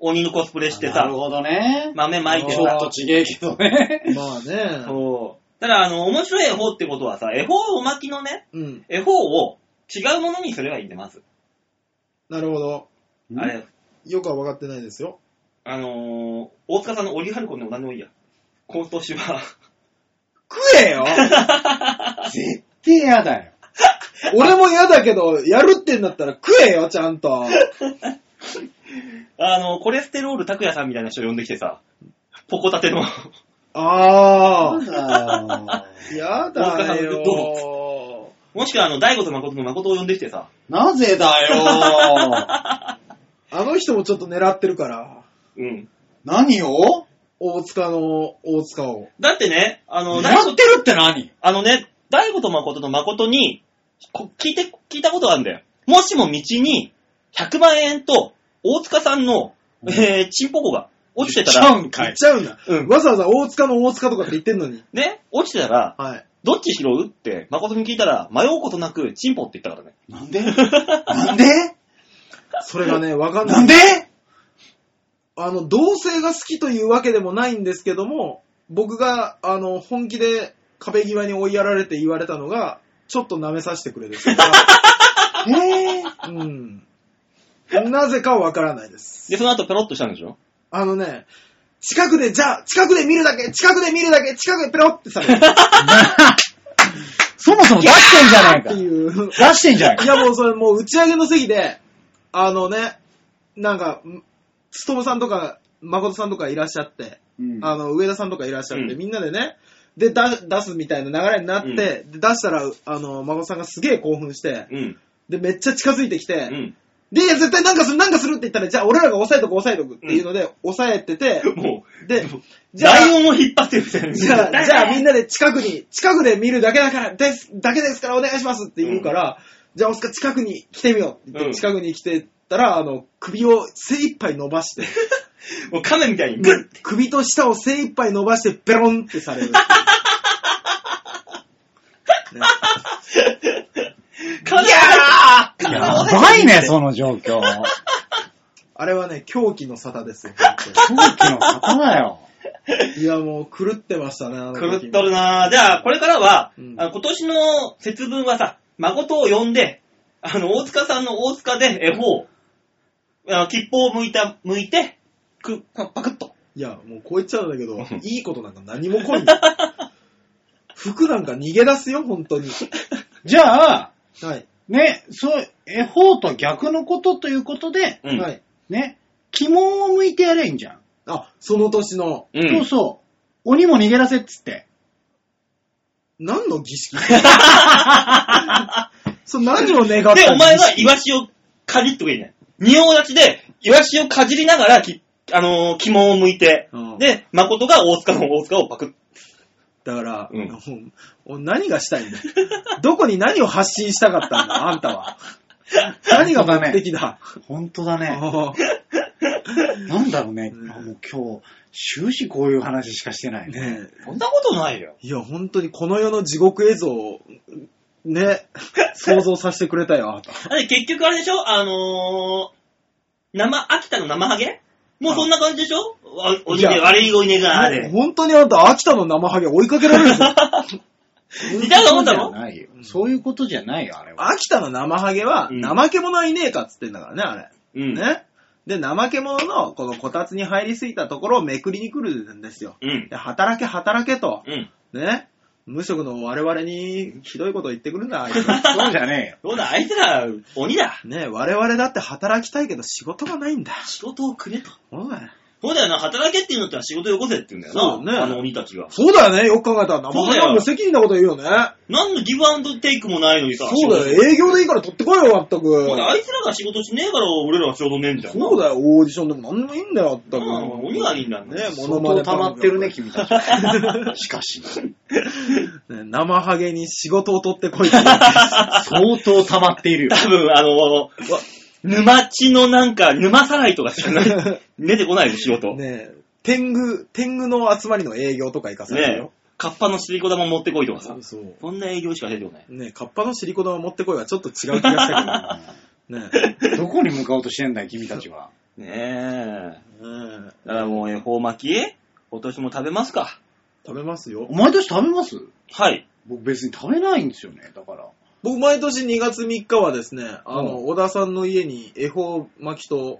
S2: 鬼のコスプレして
S1: な
S2: さ
S1: る、ほどね。
S2: 豆まいて
S1: ちょっ
S2: さ。
S1: とちげえけどね。
S3: まあね。
S2: そう。ただ、あの、面白い絵法ってことはさ、絵法を巻きのね、
S3: うん。
S2: 絵法を違うものにすればいいんで、まず。
S3: なるほど。
S2: あれ、
S3: よくは分かってないですよ。
S2: あのー、大塚さんのオリハルコンでも何でもいいや。今年は。
S3: 食えよ
S1: 絶対嫌だよ。
S3: 俺も嫌だけど、やるってんだったら食えよ、ちゃんと。
S2: あの、コレステロール拓也さんみたいな人呼んできてさ、ポコタテの。
S3: あ
S1: 嫌だよ
S3: あ。や だよ。
S2: もしくは、あの、大悟と誠の誠を呼んできてさ、
S1: なぜだ よ。
S3: あの人もちょっと狙ってるから。
S2: うん。
S1: 何を
S3: 大塚の大塚を。
S2: だってね、あの、
S1: や
S2: 大
S1: って
S2: 悟、
S1: るって何
S2: あのね、大悟と誠の誠に、こ聞いて、聞いたことがあるんだよ。もしも道に、100万円と、大塚さんの、
S1: うん
S2: えー、チンポコが落ちてた
S1: ちゃ
S2: ら、
S1: うんか
S3: 言っ
S1: い。
S3: ちゃうんだ。
S2: うん
S3: わざわざ大塚の大塚とかって言ってんのに。
S2: ね、落ちてたら、
S3: はい。
S2: どっち拾うって、誠に聞いたら、迷うことなく、チンポって言ったからね。
S1: なんでなんで
S3: それ がね、わかんない。
S1: なんで
S3: あの、同性が好きというわけでもないんですけども、僕が、あの、本気で壁際に追いやられて言われたのが、ちょっと舐めさせてくれです。
S1: えー
S3: うん。なぜかはわからないです。
S2: で、その後ペロッとしたんでしょ
S3: あのね、近くで、じゃあ、近くで見るだけ、近くで見るだけ、近くでペロってされるっ
S1: そもそも出してんじゃないか
S3: て。いう。
S1: 出してんじゃない
S3: いや
S1: か。
S3: もうそれもう打ち上げの席で、あのね、なんか、つとむさんとか、誠さんとかいらっしゃって、
S1: うん
S3: あの、上田さんとかいらっしゃって、
S2: うん
S3: みんなでね、で、だ出すみたいな流れになって、
S2: うん
S3: で出したら、あの、孫さんがすげえ興奮して、
S2: うん。
S3: で、めっちゃ近づいてきて、
S2: うん。
S3: で、いや、絶対なんかする、なんかするって言ったら、じゃあ俺らが押さえとく、押さえとくっていうので、押さえてて、
S2: もう、
S3: で、じゃあ、
S2: ライオンを引っ張ってるみたいな。
S3: じゃあ、じゃあみんなで近くに、近くで見るだけだから、です、だけですからお願いしますって言うから、じゃあ、オスカ近くに来てみようって言っ
S2: うん
S3: て、近くに来てたら、あの、首を精一杯伸ばして、
S2: もう亀みたいにグッ
S3: 首と舌を精一杯伸ばして、ベロンってされる。ね
S2: 亀
S1: やばいね、その状況。
S3: あれはね、狂気の沙汰ですよ。
S1: 狂気の方だよ。
S3: いや、もう、狂ってましたね、あの時
S2: 狂っとるなぁ。じゃあ、これからは、
S3: うん
S2: あの今年の節分はさ、誠を呼んで、あの、大塚さんの大塚で絵本、あの切符を向いた、向いて、く、パクッと。
S3: いや、もうこう言っちゃうんだけど、いいことなんか何も来いよ。服なんか逃げ出すよ、本当に。
S1: じゃあ、
S3: はい。
S1: ね、そう、絵法と逆のことということで、
S2: うん。
S3: はい。
S1: ね、鬼門を向いてやればいいんじゃん。
S3: あ、その年の、
S2: う。
S1: そうんそう。鬼も逃げ出せっつって。
S3: 何の儀式 そう、何を願った
S2: で、お前
S3: 儀式
S2: がイワシをかじっとけいいね。仁王立ちで、イワシをかじりながら、きあのー、肝を向いて、
S3: うん
S2: で、誠が大塚の大塚をパクッ。
S3: だから、
S2: うん
S3: もうもう何がしたいんだどこに何を発信したかったんだあんた は。何が目的だ。
S1: ほんとだね。
S3: あー
S1: なんだろうね。
S3: うん
S1: あもう今日、終始こういう話しかしてないね。
S3: ねえ
S2: そんなことないよ。
S3: いや、本当にこの世の地獄映像を、ね、想像させてくれたよ、あなた。
S2: あれ、結局あれでしょあのー、生、秋田の生ハゲもうそんな感じでしょわおいね
S3: いや
S2: 悪いおいねが あ
S3: もう
S2: れ。
S3: 本当にあんた、秋田の生ハゲ追いかけられる ぞ。
S2: 似たようなもんだろ
S1: そういうことじゃないよ。そういうことじゃないよ、あれは。
S3: 秋田の生ハゲは、
S2: うん
S3: 怠け者はいねえかっつってんだからね、あれ。
S2: うん。
S3: ね。で、怠け者のこのこたつに入りすぎたところをめくりに来るんですよ。
S2: うん。
S3: で、働け働けと。
S2: うん。
S3: ね。無職の我々にひどいこと言ってくるんだ、あいつ
S1: そうじゃね
S2: どうだ、あいつら、鬼だ。
S3: ねえ、我々だって働きたいけど仕事がないんだ。
S2: 仕事をくれと。
S3: おい
S2: そうだよな、働けっていうのってのは仕事よこせって言うんだよ
S3: そう
S2: な。あ
S3: だね
S2: の鬼たちが。
S3: そうだよね、よく考えたら。生
S2: そうだよ
S3: 半可無責任なこと言うよね。
S2: 何のギブアンドテイクもないのにさ。
S3: そうだよ、営業でいいから取ってこいよ、まった
S2: 仕
S3: く。
S2: 事。そうだよあいつらが仕事しねえから俺らは仕事ねえんじゃん。
S3: そうだよ、オーディションでも何でもいいんだよ、まったく。
S2: うん鬼がいいんだね。
S3: ねえ、
S1: え。
S3: モノマネ
S1: 相当溜まってるね、君 たち。しかし、
S3: ね生ハゲに仕事を取ってこいって。
S1: 相当溜まっているよ。
S2: 多分、あの、わ沼地のなんか、沼さらいとかし かない。出てこないで仕事。ね
S3: ねえ、天狗、天狗の集まりの営業とか行かされる
S2: え
S3: よ。。
S2: カッパのすりこ玉持ってこいとかさ
S3: そう。そう。
S2: そんな営業しか出てこない。
S3: ねえ、カッパの尻子玉持ってこいはちょっと違う気がしたけど。ね え。
S1: どこに向かおうとしてんだよ、君たちは。
S2: ねえ。
S3: ねえ
S2: だからもう、恵方巻き今年も食べますか。
S3: 食べますよ。
S1: 毎年食べます
S2: はい。
S1: 僕別に食べないんですよね、だから。
S3: 僕、毎年2月3日はですね、あの、
S1: う
S3: 小田さんの家に恵方巻きと、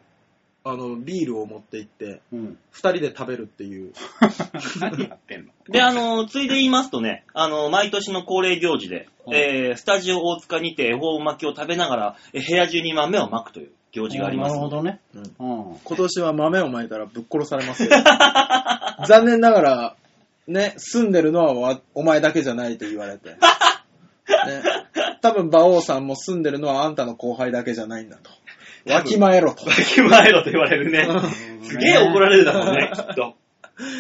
S3: あの、ビールを持って行って、
S1: うん。
S3: 2人で食べるっていう。
S1: 何やってんの
S2: で、あの、ついで言いますとね、あの、毎年の恒例行事で、
S1: うん
S2: えー、スタジオ大塚にて恵方巻きを食べながら、えー部屋中に豆を巻くという行事があります。
S1: なるほどね。
S3: うん
S1: うん。
S3: 今年は豆をまいたらぶっ殺されます よ。残念ながら、ね、住んでるのはわお前だけじゃないと言われて。ね、多分、馬王さんも住んでるのはあんたの後輩だけじゃないんだと。わきまえろと。
S2: わきまえろと言われるね。すげえ怒られるだろうね、きっと。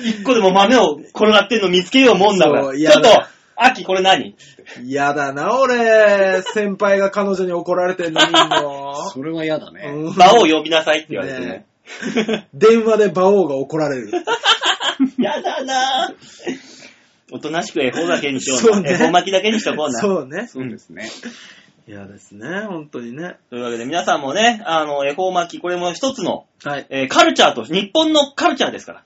S2: 一個でも豆を転がってんの見つけようもんだか
S3: そ
S2: ら。
S3: う
S2: ち
S3: 嫌だ
S2: ょっと、秋これ何
S3: 嫌だな、俺。先輩が彼女に怒られてんのに も
S1: それは嫌だ
S3: う。
S1: ね。
S3: うん
S2: 馬を呼びなさいって言われてね
S3: ね。電話で馬王が怒られる。
S2: 嫌だなぁ。おとなしく恵方だけにしよ
S3: そうう
S2: な。
S3: ね
S2: 恵方巻きだけにしとこうな。
S3: そうね。
S1: そうですね。
S3: 嫌ですね、本当にね。
S2: というわけで皆さんもね、あの、恵方巻き、これも一つの、
S3: はい。
S2: えーカルチャーと、日本のカルチャーですから。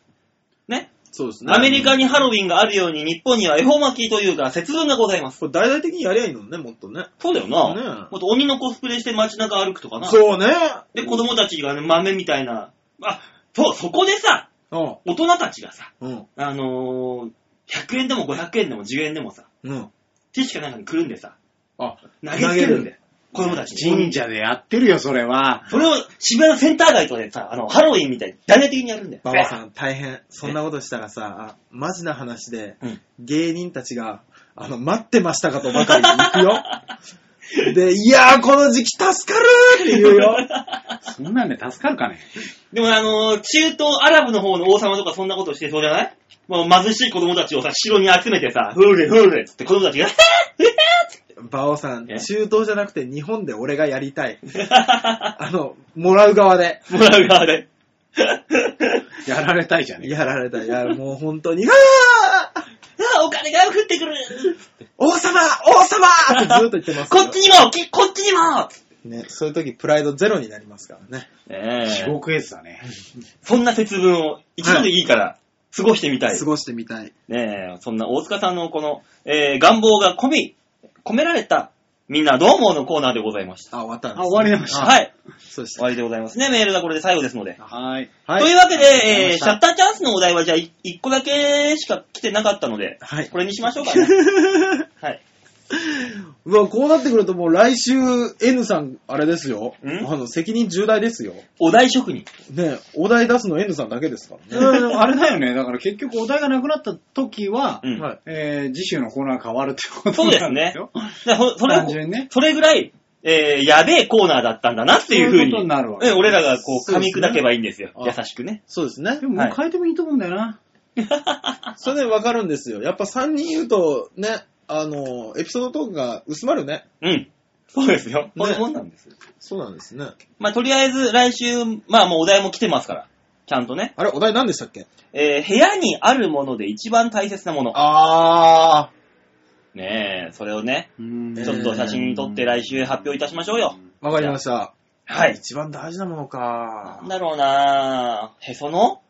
S2: ね。
S3: そうですね。
S2: アメリカにハロウィンがあるように、日本には恵方巻きというか、節分がございます。
S3: これ大々的にやりゃいいのね、もっとね。
S2: そうだよな。
S3: ね
S2: もっと鬼のコスプレして街中歩くとかな。
S3: そうね。
S2: で、子供たちがね、豆みたいな。あ、そう、そこでさ、
S3: うん。
S2: 大人たちがさ、
S3: うん。
S2: あのー、100円でも500円でも10円でもさ、
S3: うん。
S2: ティッシュかなんかにくるんでさ、
S3: あ、
S2: 投げつけるんだよ。子供たちに。
S1: 神社でやってるよ、それは。
S2: それを渋谷のセンター街とかでさ、あの、ハロウィンみたいに大々的にやるんだよ。
S3: 馬場さん大変。そんなことしたらさ、あマジな話で、
S2: うん
S3: 芸人たちが、あの、待ってましたかとばかり行く よ。で、いやー、この時期助かるーって言うよ。
S1: そんなんで助かるかね。
S2: でもあのー、中東アラブの方の王様とかそんなことしてそうじゃないもう貧しい子供たちをさ、城に集めてさ、フーレフーレっつって子供たちが、
S3: 馬王さん、
S2: え
S3: 中東じゃなくて日本で俺がやりたい。あの、もらう側で。
S2: もらう側で。
S1: やられたいじゃねえか。
S3: やられた。いや、もう本当に、あー
S2: あ、お金が降ってくる
S3: 王様王様ってずっと言ってますけ
S2: こ
S3: ど。
S2: っちにもきこっちにも
S3: ね、そういう時プライドゼロになりますからね。
S2: え
S1: 地獄絵図だね。
S2: そんな節分を一度でいいから過ごしてみたい。
S3: 過ごしてみたい。
S2: ねえ、そんな大塚さんのこの、えー願望が込み、込められた、みんなどう思うのコーナーでございました。
S3: あ、終わったんです、
S1: あ、終わりました。
S2: はい。
S3: そうでし
S2: 終わりでございますね。メールがこれで最後ですので。
S1: はい。
S3: た。はい。
S2: というわけで、
S1: り
S2: え
S1: ま
S2: ー
S1: し
S2: シ
S1: た
S2: ャッターチャンスのお題はじゃあい一個だけしか来てなかったので、
S3: はい
S2: これにしましょうかね。はい。
S3: うわ、こうなってくるともう来週 N さん、あれですよ。
S2: ん
S3: あの、責任重大ですよ。
S2: お題職人。
S3: ね、お題出すの N さんだけですからね。
S1: うんあれだよね。だから結局お題がなくなった時は、
S2: うん。
S3: はい。
S1: えー次週のコーナー変わるってことなんですよ。そうで
S2: だからほそれ
S1: 単純にね
S2: それぐらい、えーやべえコーナーだったんだなっていうふう
S1: そういう
S2: に、
S1: ことになるわけ
S2: うん俺らがこう
S3: そう
S2: 噛
S3: で
S2: み
S3: すね
S2: 砕けばいいんですよ。
S3: あ
S2: 優しくね。
S3: そうですね。
S1: ももう変えてもいいと思うんだよな。
S3: それでわかるんですよ。やっぱ3人言うと、ね、あの、エピソードトークが薄まるね。
S2: うん。そうですよ。こういうもんなんですよ。
S3: そうなんですね。
S2: まあ、とりあえず来週、まあもうお題も来てますから。ちゃんとね。
S3: あれ、お題何でしたっけ
S2: えー部屋にあるもので一番大切なもの。
S3: あ
S2: ねえ、それをね、
S1: うん
S3: えー
S2: ちょっと写真に撮って来週発表いたしましょうよ。
S3: ー、わかりました。
S2: はい。
S3: 一番大事なもの
S2: な
S3: か
S2: ん。だろうなぁ。へその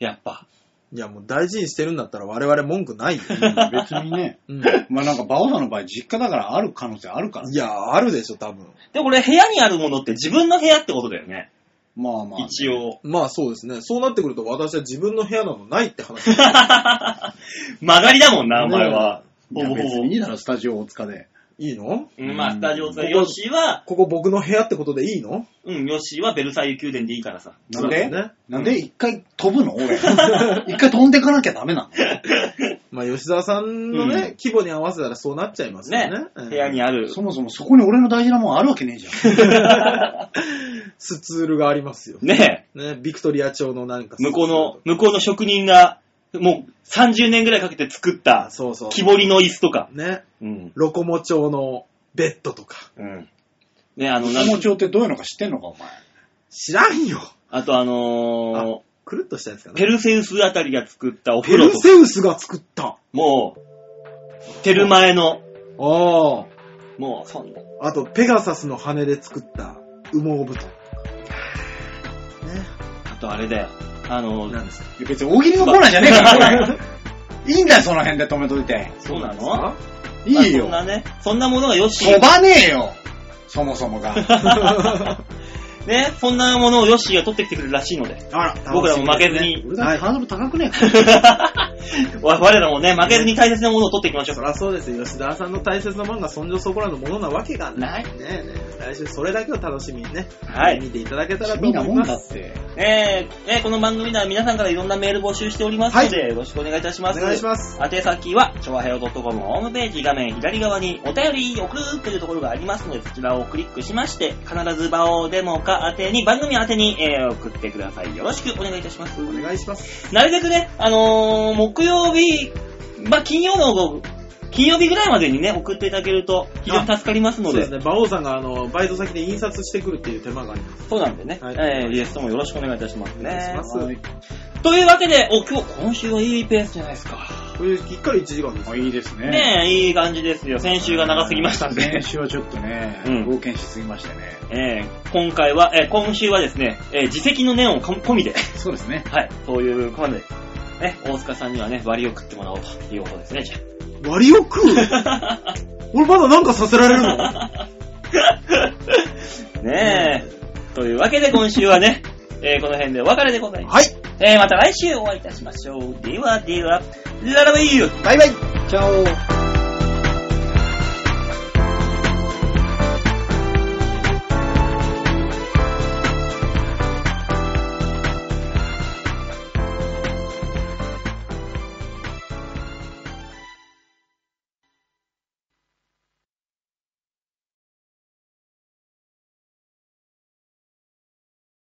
S2: やっぱ。
S3: いや、もう大事にしてるんだったら我々文句ないよ。
S1: うん別にね。
S3: うん
S1: まあなんか、バオさんの場合、実家だからある可能性あるか ら
S3: い。や、あるでしょ、多分。
S2: で、これ部屋にあるものって自分の部屋ってことだよね。
S1: まあまあ。
S2: 一応。
S3: まあそうですね。そうなっ てくると私は自分の部屋などないって話。
S2: 曲がりだもんな、お前は。ほぼほぼ
S1: いや別にいいだろ、スタジオ大塚で。
S3: いいの
S2: うんまあ、スタジオさ、
S3: ここ
S2: ヨッシーは、
S3: ここ僕の部屋ってことでいいの
S2: うん、ヨッシーはベルサイユ宮殿でいいからさ。
S1: なんで、
S3: そうだね
S1: なんで一回飛ぶの俺。 一回飛んでかなきゃダメなの
S3: まあ、吉沢さんのね、
S2: うん
S3: 規模に合わせたらそうなっちゃいますよ
S2: ね
S3: ね。うん
S2: 部屋にある。
S1: そもそもそこに俺の大事なもんあるわけねえじゃん。
S3: スツールがありますよ。
S2: ね
S3: ね、ビクトリア町のなんか
S2: え、向こうの、向こうの職人が、もう30年ぐらいかけて作った、
S3: そうそう。
S2: 木彫りの椅子とか。
S3: ね、
S2: うん。
S3: ロコモ町のベッドとか。
S2: うん。ね、あの、な
S1: 気
S2: ん
S1: 持ちってどういうのか知ってんのか、お前。
S3: 知らんよ。
S2: あとあの
S3: くるっとしたやつか
S2: ー、
S3: な。
S2: ペルセウスあたりが作ったお
S3: ペ
S2: 風呂
S3: ル
S2: とか、
S3: セウスが作った。
S2: もう、テルマエの、
S3: ああ。
S2: もう、そんな。
S3: あと、ペガサスの羽で作った羽毛布団。ね、
S2: あとあれだよ。あの、
S3: 何ですか
S1: いや別に大喜利のコーナーじゃねえから、これ。いいんだよ、その辺で止めといて。
S2: そうなの
S3: あ
S1: いいよ
S2: ま。あそんなね、そんなものがヨッシ
S1: 飛
S2: ー、
S1: ばねえよ。そもそもが。
S2: ね、そんなものをヨッシーが取ってきてくれるらしいので。
S3: ら、
S2: 僕らも負けずに、
S1: 俺だってハードル高くねえか。
S2: わ我らもね、負けずに大切なものを取っていきましょ。
S3: そうりゃそうですよ。吉沢さんの大切なものがそんじょそこらのものなわけがない。ねえねえ。来週それだけを楽しみにね、
S2: はい
S3: 見ていただけたらと
S1: 地味な
S3: 思い
S1: も
S3: ま
S1: んだっ
S3: す。
S1: て。
S2: えー、ねこの番組では皆さんからいろんなメール募集しておりますので、よろしくお願いいたし
S3: お
S2: ます。
S3: 願いします。
S2: 宛先は、ちょわへよ .com ホームページ画面左側にお便り送るというところがありますので、そちらをクリックしまして、必ず場をデモか宛てに、番組宛てに、えー送ってください。よろしくお願いいたします。
S3: お願いします。
S2: なるべくね、あのー木曜日、まあ、金曜の午後、金曜日ぐらいまでにね、送っていただけると非常に助かります
S3: そ
S2: の
S3: うで、
S2: です
S3: ね、馬王さんがあの、バイト先で印刷してくるっていう手間があります。
S2: そうなんでね、
S3: はい
S2: えーリエストもよろしくお願いいたします
S3: お願いし
S2: ね
S3: ま。す。
S1: はい
S2: というわけで、お、今日、今週はいいペースじゃないですか。
S3: これ、きっかり1時間です
S1: あ。いいですね。
S2: ねえ、いい感じですよ。先週が長すぎましたんで
S1: 先。週はちょっとね、
S2: うん
S1: 冒険しすぎましたね。
S2: えー今回は、えー今週はですね、えー自責の念をこ込みで、
S1: そうですね。
S2: はい、そういうことで、ね、大塚さんにはね、割を食ってもらおうということですね、じゃあ。
S3: 割を 食う俺まだなんかさせられる の
S2: ねえ。というわけで今週はね、 えーこの辺でお別れでございます。
S3: はい。
S2: えーまた来週お会いいたしましょう。ではでは、ララバイユ
S3: バイバイ
S1: チャオ。